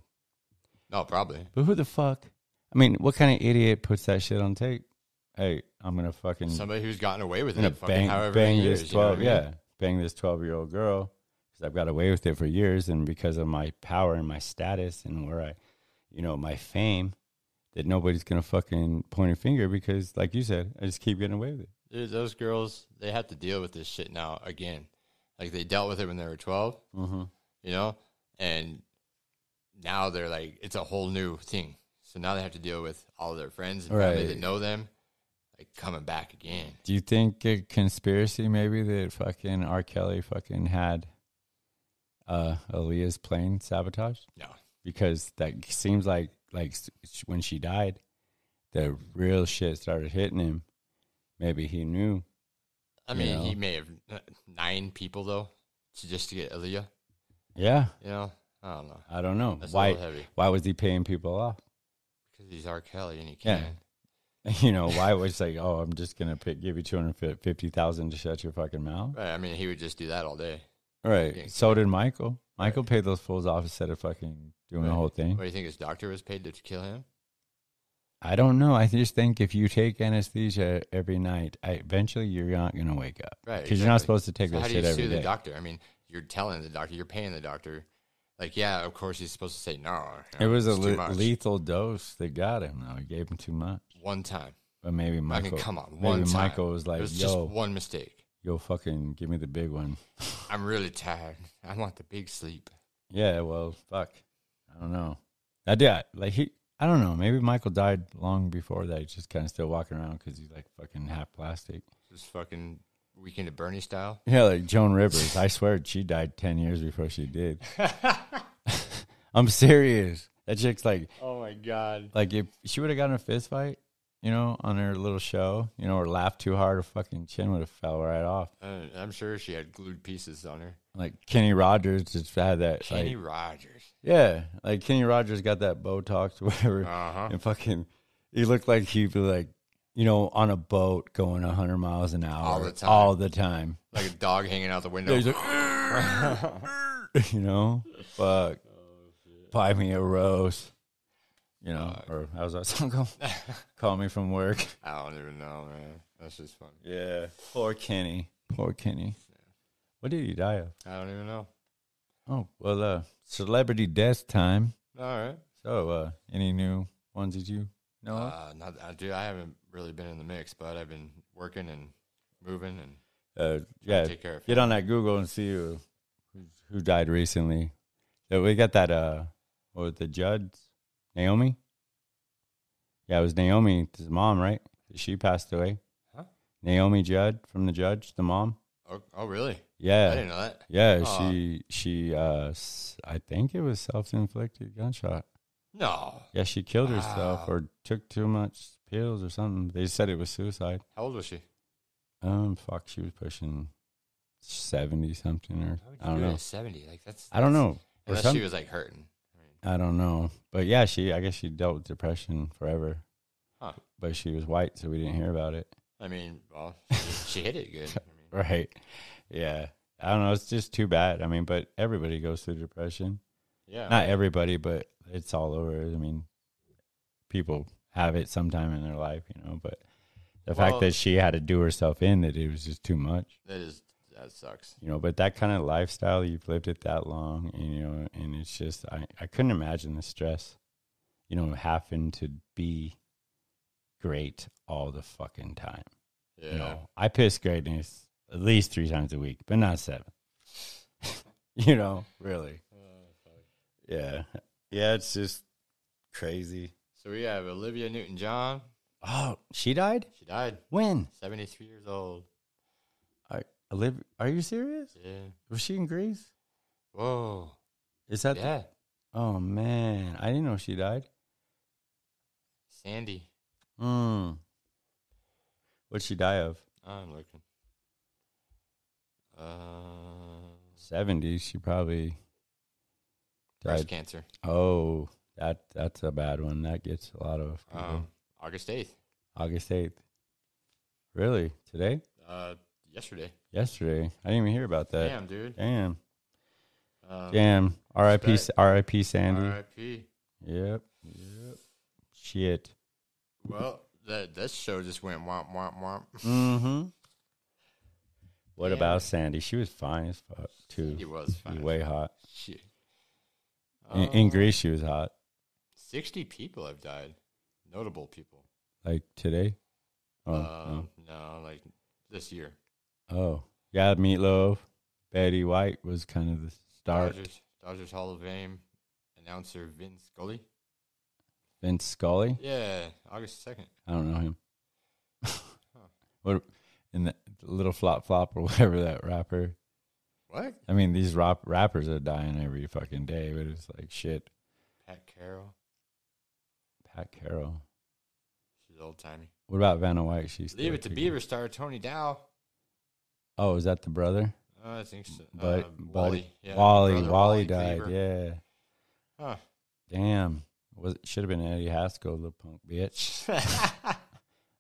No, probably.
But who the fuck? I mean, what kind of idiot puts that shit on tape? Hey, I'm gonna fucking
Somebody who's gotten away with
I'm gonna
it. Fucking
bang
however
bang
many years,
this
you know what I
twelve
mean?
yeah bang this twelve year old girl because I've got away with it for years and because of my power and my status and where I, you know, my fame, that nobody's gonna fucking point a finger because, like you said, I just keep getting away with it.
Dude, those girls, they have to deal with this shit now again. Like they dealt with it when they were 12
Mm-hmm.
you know, and now they're like it's a whole new thing. So now they have to deal with all their friends and family
Right.
that know them, like coming back again.
Do you think a conspiracy maybe that fucking R. Kelly fucking had uh Aaliyah's plane sabotaged?
No,
Because that seems like like s- sh- when she died, the real shit started hitting him. Maybe he knew.
I
You
mean
know?
he may have uh, nine people though, to just to get Aaliyah.
Yeah,
You know, I don't know
I don't know
That's a
why.
little heavy.
Why was he paying people off?
because he's R. Kelly and he
Yeah.
can.
You know why was like, oh, I'm just gonna pick, give you two hundred fifty thousand to shut your fucking mouth.
Right? I mean, he would just do that all day.
Right.
Yeah,
So did Michael. Michael paid those fools off instead of fucking doing the
Right.
whole thing.
What do you think his doctor was paid to kill him?
I don't know. I just think if you take anesthesia every night, I, eventually you're not going to wake up.
Right,
Because you're not
exactly.
supposed to take
So
that
how do
shit
you
every
sue the
day.
doctor? I mean, you're telling the doctor, you're paying the doctor. Like, yeah, of course he's supposed to say no.
It
you know,
was a
it's too
le-
much."
lethal dose that got him, though. It gave him too much.
one time.
But maybe
I
Michael.
mean, come on,
Maybe
one time.
Michael was
it
like,
was just
yo,
one mistake.
yo, fucking give me the big one.
I'm really tired. I want the big sleep.
Yeah, well, fuck. I don't know. I did. Like, he, I don't know. Maybe Michael died long before that. He's just kind of still walking around because he's like fucking half plastic.
Just fucking weekend at Bernie style.
Yeah, like Joan Rivers. I swear she died 10 years before she did. I'm serious. That chick's like,
Oh my god.
like if she would have gotten a fist fight, you know, on her little show, you know, or laughed too hard, her fucking chin would have fell right off.
Uh, I'm sure she had glued pieces on her.
Like Kenny Rogers just had that.
Kenny
Like,
Rogers.
yeah, like Kenny Rogers got that Botox or whatever,
Uh huh.
and fucking He looked like he'd be like, you know, on a boat going 100 miles an hour
All the time.
All the time.
like a dog hanging out the window.
Yeah, he's like, you know, fuck. Buy me a rose. You know, or how's that song go? Call me from work.
I don't even know, man. That's just funny.
Yeah. Poor Kenny. Poor Kenny. What did he die of?
I don't even know.
Oh, well, uh, celebrity death time.
All right.
So, uh, any new ones that you know of?
Uh, not, I, dude, I haven't really been in the mix, but I've been working and moving and
uh, yeah,
take care of
get on that Google and see who who died recently. Yeah, we got that. Uh, what was the Judds? Naomi. Yeah, it was Naomi, his mom, right? She passed away.
Huh?
Naomi Judd from the Judge, the mom.
oh, oh really? I
Yeah,
didn't know that.
yeah.
Aw.
She she. Uh, s- I think it was self inflicted gunshot.
No.
Yeah, she killed herself
Wow.
or took too much pills or something. They said it was suicide.
How old was she?
Um, fuck, she was pushing seventy something or I
How would you
don't
do it
know.
at Seventy, like that's.
I don't
that's-
know. Or
Unless
some-
she was like hurting.
I don't know. But yeah, she I guess she dealt with depression forever.
Huh.
But she was white, so we didn't hear about it.
I mean, well, she, she hit it good. I mean,
Right. Yeah. I don't know, it's just too bad. I mean, but everybody goes through depression.
yeah.
Not everybody, but it's all over. I mean, people have it sometime in their life, you know, but the fact
Well-
that she had to do herself in that it was just too much.
That is that sucks.
You know, but that kind of lifestyle, you've lived it that long, and, you know, and it's just I, I couldn't imagine the stress. You know, having to be great all the fucking time.
Yeah.
You know, I piss greatness at least three times a week, but not seven. you know, really. Yeah. Yeah, it's just crazy.
So we have Olivia Newton-John.
Oh, she died?
She died,
When?
seventy-three years old.
Are, Olivia, are you serious?
Yeah.
Was she in Greece?
Whoa.
Is that? the-
Yeah.
oh, man. I didn't know she died.
Sandy.
Hmm. What'd she die of?
I'm looking. Uh,
70s. She probably
breast
died.
cancer.
Oh, that that's a bad one. That gets a lot of people.
Um, August eighth.
August 8th. Really? Today?
Uh, yesterday.
Yesterday? I didn't even hear about that.
Damn, dude.
Damn.
Um,
Damn. R.I.P.
respect.
R.I.P. Sandy.
R.I.P.
Yep. Yep. Shit.
Well, that that show just went womp womp womp.
Mm-hmm. What
Damn.
about Sandy? She was fine as fuck too.
It was fine. Oh.
Way hot.
Shit. Um,
In, in Greece, she was hot.
Sixty people have died. Notable people.
Like today. Oh,
um, no. like this year.
no. oh. yeah. Meatloaf. Betty White was kind of the star.
Dodgers, Dodgers Hall of Fame announcer Vin Scully.
Vince Scully.
Yeah, August second.
I don't know him. what? And the little flop flop or whatever that rapper.
What?
I mean, these rap- rappers are dying every fucking day, but it's like shit.
Pat Carroll.
Pat Carroll.
She's old timey.
What about Vanna White? She's
Leave it to Beaver star Tony Dow.
Oh, is that the brother?
Uh, I think so.
But
uh,
but-
Wally. Yeah,
Wally,
brother
Wally died.
Cleaver.
Yeah.
Huh.
Damn. Was should have been Eddie Haskell, the punk bitch.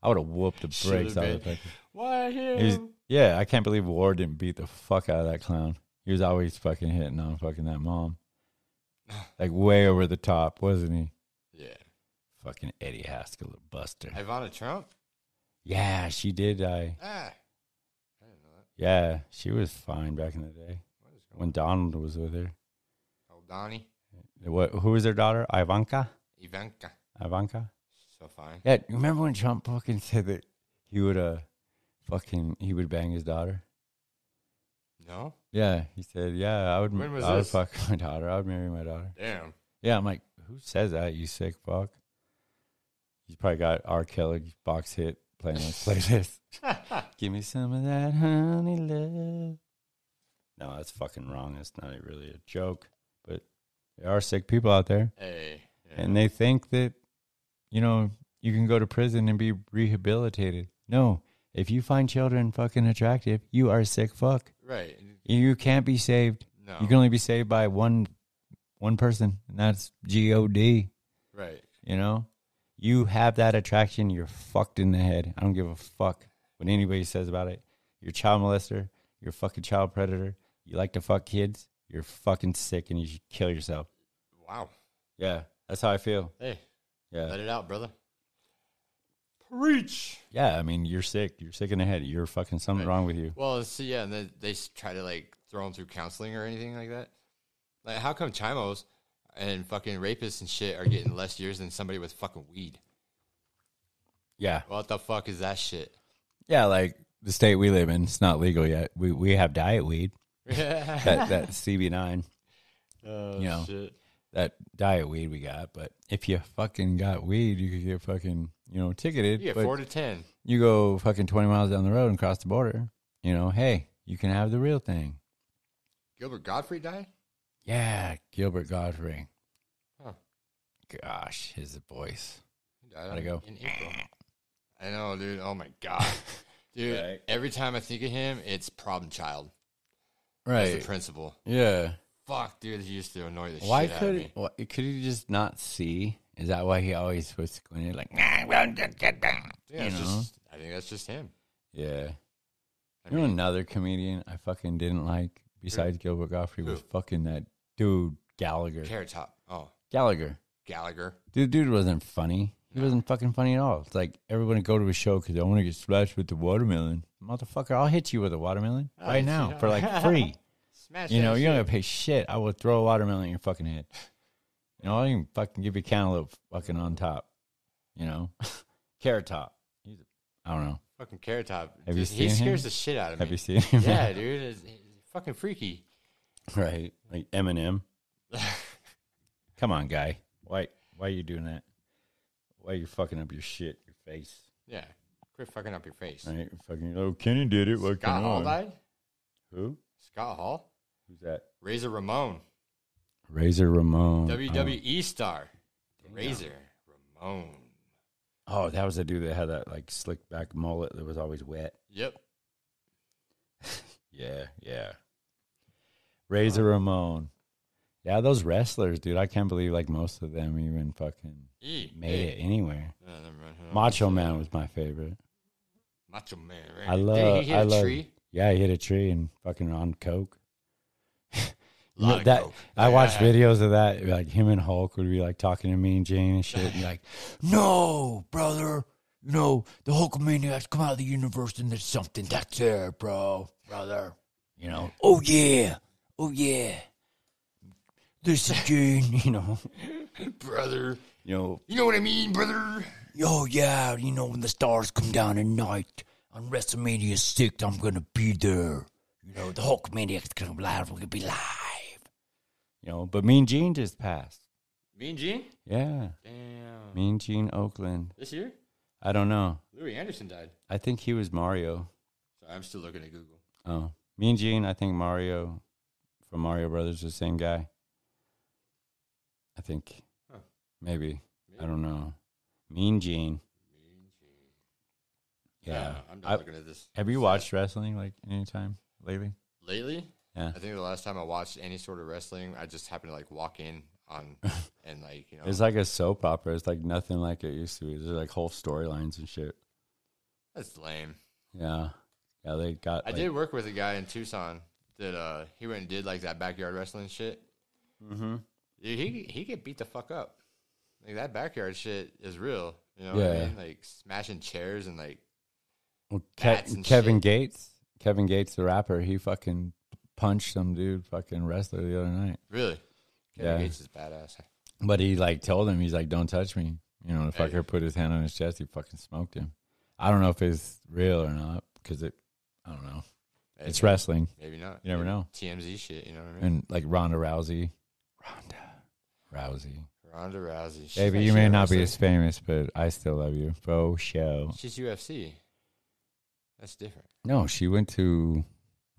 I would have whooped the
Shoulda
brakes out of
been.
that.
Why him?
He was- Yeah, I can't believe War didn't beat the fuck out of that clown. He was always fucking hitting on fucking that mom. Like way over the top, wasn't he?
yeah.
Fucking Eddie Haskell, the buster.
Ivana Trump.
Yeah, she did die.
Ah. I didn't know that.
Yeah, she was fine back in the day
What is going
when Donald was with her.
on? Old Donnie.
What? Who was their daughter? Ivanka.
Ivanka.
Ivanka.
So fine.
Yeah, remember when Trump fucking said that he would uh fucking he would bang his daughter?
No?
Yeah, he said, yeah, I would.
When was
I
this?
would fuck my daughter. I would marry my daughter.
Damn.
Yeah, I'm like, who says that? You sick fuck. You probably got R. Kelly box hit playing on playlist. Give me some of that honey love. No, that's fucking wrong. That's not really a joke. But there are sick people out there.
Hey. yeah.
and they think that you know you can go to prison and be rehabilitated no if you find children fucking attractive you are a sick fuck
right.
you can't be saved
No.
you can only be saved by one one person and that's god you
right.
know You have that attraction, you're fucked in the head. I don't give a fuck what anybody says about it. You're a child molester, you're a fucking child predator, you like to fuck kids, you're fucking sick and you should kill yourself.
Wow.
Yeah, that's how I feel.
Hey, let
Yeah.
it out, brother. Preach.
Yeah, I mean, you're sick. You're sick in the head. You're fucking something wrong with you.
Well, see, yeah, and then they s- try to like throw him through counseling or anything like that. Like, how come chimos and fucking rapists and shit are getting less years than somebody with fucking weed?
Yeah.
What the fuck is that shit?
Yeah, like the state we live in, it's not legal yet. We we have diet weed. That that CB9,
oh,
You know.
shit.
that diet weed we got, but if you fucking got weed, you could get fucking, you know, ticketed.
You get
but
four to ten.
you go fucking 20 miles down the road and cross the border, you know, hey, you can have the real thing.
Gilbert Godfrey died?
Yeah, Gilbert Godfrey.
Huh.
Gosh, his voice.
He died
How'd it go?
in April. I know, dude. Oh my god. Dude,
Right.
every time I think of him, it's problem child. That's
Right.
the principal.
Yeah.
Fuck, dude, he used to annoy the
Why
shit out of
could
me.
why, could he just not see? Is that why he always was squinted like?
Yeah,
you
it's
know?
just, I think that's just him.
yeah.
I
you know
mean-
another comedian I fucking didn't like besides Gilbert Gottfried was fucking that dude Gallagher.
Carrot Top. Oh,
Gallagher.
Gallagher.
Dude, dude wasn't funny. He wasn't fucking funny at all. It's like everyone would go to a show because I want to get splashed with the watermelon. Motherfucker, I'll hit you with a watermelon
I'll hit
right
you
now
now.
for like free.
Smash
you
that
know, you
shit.
don't gotta pay shit. I will throw a watermelon in your fucking head. You know, I can fucking give you cantaloupe fucking on top. You know, carrot top. He's, I don't know.
fucking Carrot Top.
Have you
Just- he
seen him?
scares the shit out of me.
Have you seen him?
Yeah, dude. It's, it's fucking freaky.
right. Like Eminem. Come on, guy. Why? Why are you doing that? Why are you fucking up your shit? Your face.
Yeah. Quit fucking up your face.
Right? Fucking. Oh, Kenny did it. What
Scott
can
Hall
I?
died?
Who?
Scott Hall?
Who's that?
Razor Ramon.
Razor Ramon.
WWE star. Razor Ramon.
Oh. oh, that was the dude that had that like slick back mullet that was always wet.
Yep.
Yeah, yeah. Razor Ramon. Yeah, those wrestlers, dude. I can't believe like most of them even fucking
E.
made
Hey.
it anywhere.
No, never mind. Hold on.
Macho Man was my favorite.
Macho Man. Right?
I
Did
love.
he hit
I
a
love.
tree?
Yeah, he hit a tree and fucking on coke.
Lot of
that
coke.
I watched
Yeah.
videos of that. Like him and Hulk would be like talking to me and Jane and shit, and be like, "No, brother, you know the Hulkamaniacs come out of the universe and there's something that's there, bro, brother. You know, oh yeah, oh yeah, this is Jane. You know,
Brother.
you know,
You know what I mean, brother?
oh yeah, you know when the stars come down at night on WrestleMania six, I'm gonna be there. You know, the Hulkamaniacs gonna be live. We're gonna be live. You know, but Mean Gene just passed.
Mean Gene?
Yeah.
Damn.
Mean Gene Oakland.
This year?
I don't know.
Louis Anderson died.
I think he was Mario.
Sorry, I'm still looking at Google.
Oh, Mean Gene. I think Mario from Mario Brothers, the same guy. I think
Huh.
maybe. I don't know. Mean Gene. Yeah.
Uh, I'm not
I-
looking at this.
have you watched wrestling like anytime lately?
lately?
Yeah.
I think the last time I watched any sort of wrestling, I just happened to like walk in on and like you know
It's like a soap opera. It's like nothing like it used to be. There's like whole storylines and shit.
that's lame.
Yeah. Yeah, they got.
I did work with a guy in Tucson that uh he went and did like that backyard wrestling shit.
Mm-hmm.
Dude, he he get beat the fuck up. Like that backyard shit is real. You know what
Yeah.
I mean? Like smashing chairs and like
Well,
bats
Ke-
and
Kevin
shit.
Gates, Kevin Gates, the rapper, he fucking punched some dude, fucking wrestler, the other night.
really. Kevin
Yeah.
Gates is badass.
But he like told him, he's like, "Don't touch me." You know, the
Hey.
fucker put his hand on his chest. He fucking smoked him. I don't know if it's real or not because it, I don't know.
Hey,
It's wrestling,
Maybe not.
You never
Maybe
know.
TMZ shit, you know what I mean?
and like Ronda Rousey, Ronda Rousey.
Ronda Rousey. she's
Baby,
not
you may
shit
not be
wrestler.
as famous, but I still love you, bro. Show.
She's UFC. That's different.
No, she went to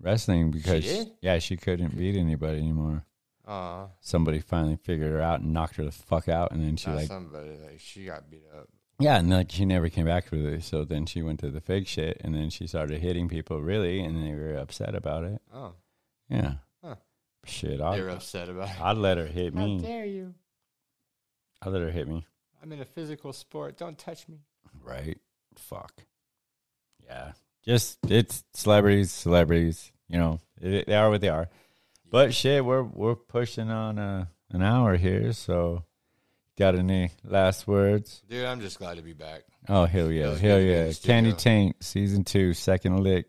wrestling because
did?
yeah, she couldn't beat anybody anymore.
Uh
somebody finally figured her out and knocked her the fuck out and then she
not
like
somebody like she got beat up.
yeah and like she never came back with it so then she went to the fake shit and then she started hitting people really and they were upset about it
Oh.
yeah
Huh.
shit
They were
I'd,
upset about it.
I'd let her hit
How
me
dare you?
i let her hit me
I'm in a physical sport. Don't touch me.
Right. Fuck. Yeah. Just it's celebrities, celebrities. You know, they they are what they are. But shit, we're we're pushing on uh, an hour here, so got any last words?
Dude, I'm just glad to be back.
Oh hell yeah,
Feels
hell
good to be in
yeah!
the
Candy
studio.
Taint season two, second lick.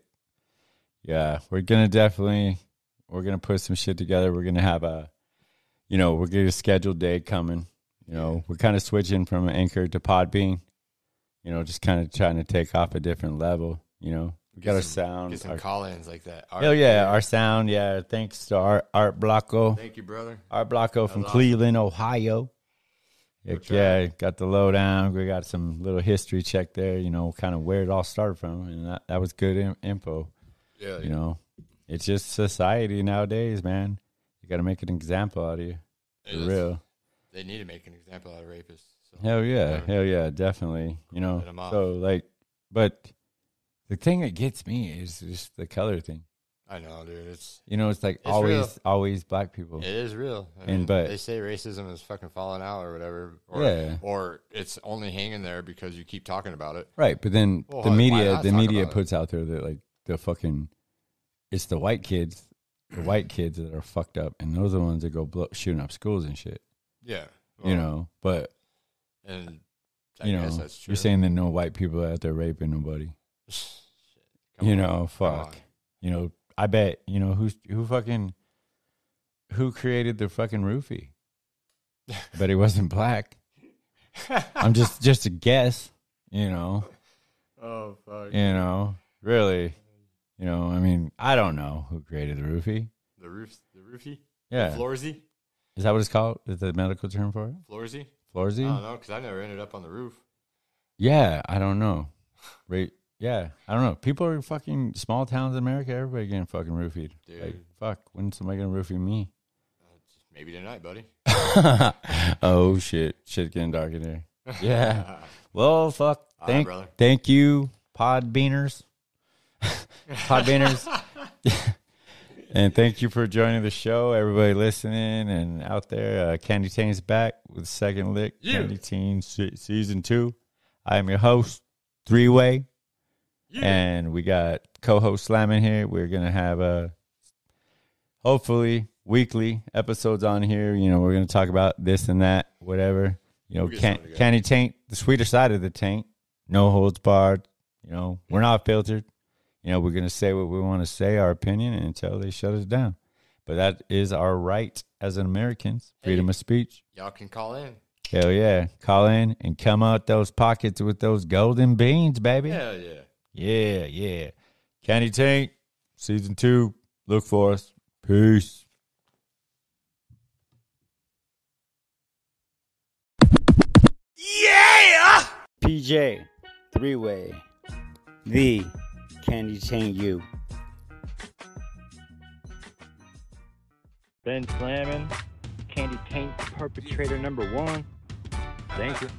Yeah, we're gonna definitely we're gonna put some shit together. We're gonna have a, you know, we're gonna schedule day coming. You know, we're kind of switching from Anchor to Podbean. You know, just kind of trying to take off a different level. You know, we got our sound.
Get some
our-
call-ins like that. All
hell
right,
yeah,
dude.
our sound. Yeah, thanks to Art Art Blocko.
Thank you, brother.
Art Blocko from
That's awesome.
Cleveland, Ohio. Heck
try.
yeah, got the lowdown. We got some little history check there, you know, kind of where it all started from. And that, that was good in, info,
Yeah,
you know. It's just society nowadays, man. You got to make an example out of you.
it
For
is-
real.
They need to make an example out of rapists. So.
Hell yeah.
whatever.
Hell yeah, definitely. You know,
Let 'em off.
so like, but the thing that gets me is just the color thing.
I know, dude. It's
You know, it's like
It's
always,
real.
always black people.
it is real. I
And but-
they say racism is fucking falling out or whatever. Or,
Yeah.
Or it's only hanging there because you keep talking about it.
Right, but then
Well,
the
why
media
not
the
talk
media
about it?
puts out there that like the fucking it's the white kids,
Mm-hmm.
the white kids that are fucked up, and those are the ones that go blow, shooting up schools and shit.
Yeah.
you
Well,
know, but
And I
you know,
guess that's true.
you're saying that no white people are out there raping nobody.
Come
you
on,
know,
come on.
fuck. You know, I bet you know who's who fucking who created the fucking roofie, but he wasn't black. I'm just just a guess. You know.
Oh fuck.
you know, really, you know, I mean, I don't know who created the roofie.
The roof. The roofie.
Yeah.
Floorsy.
Is that what it's called? Is the medical term for it?
Floorsy. I
Floorsy?
don't know because I never ended up on the roof.
yeah, I don't know. Right. Yeah, I don't know. People are fucking small towns in America. Everybody getting fucking roofied. Like,
Dude.
fuck. When's somebody gonna roofie me?
Maybe tonight, buddy.
oh shit, shit getting dark in there. Yeah. Well, fuck.
right,
Thank,
brother.
thank you, pod beaners, pod beaners, and thank you for joining the show, everybody listening and out there. Uh, Candy Tane's back with Second Lick, Candy Teen se- season two. I am your host, Three Way, and we got co-host Slam in here. We're gonna have uh, a hopefully weekly episodes on here. You know, we're gonna talk about this and that, whatever. You know,
get
can,
something together.
candy taint, the sweeter side of the taint, no holds barred. You know, we're not filtered. You know, we're gonna say what we want to say, our opinion, until they shut us down. But that is our right as an Americans, freedom of speech.
Y'all can call in.
Hell yeah, call in and come out those pockets with those golden beans, baby.
Hell yeah.
Yeah, yeah. Candy Tank, season two. Look for us. Peace. Yeah! PJ, three way. The Candy Chain U.
Ben Slammin, Candy Taint perpetrator number one. Thank you.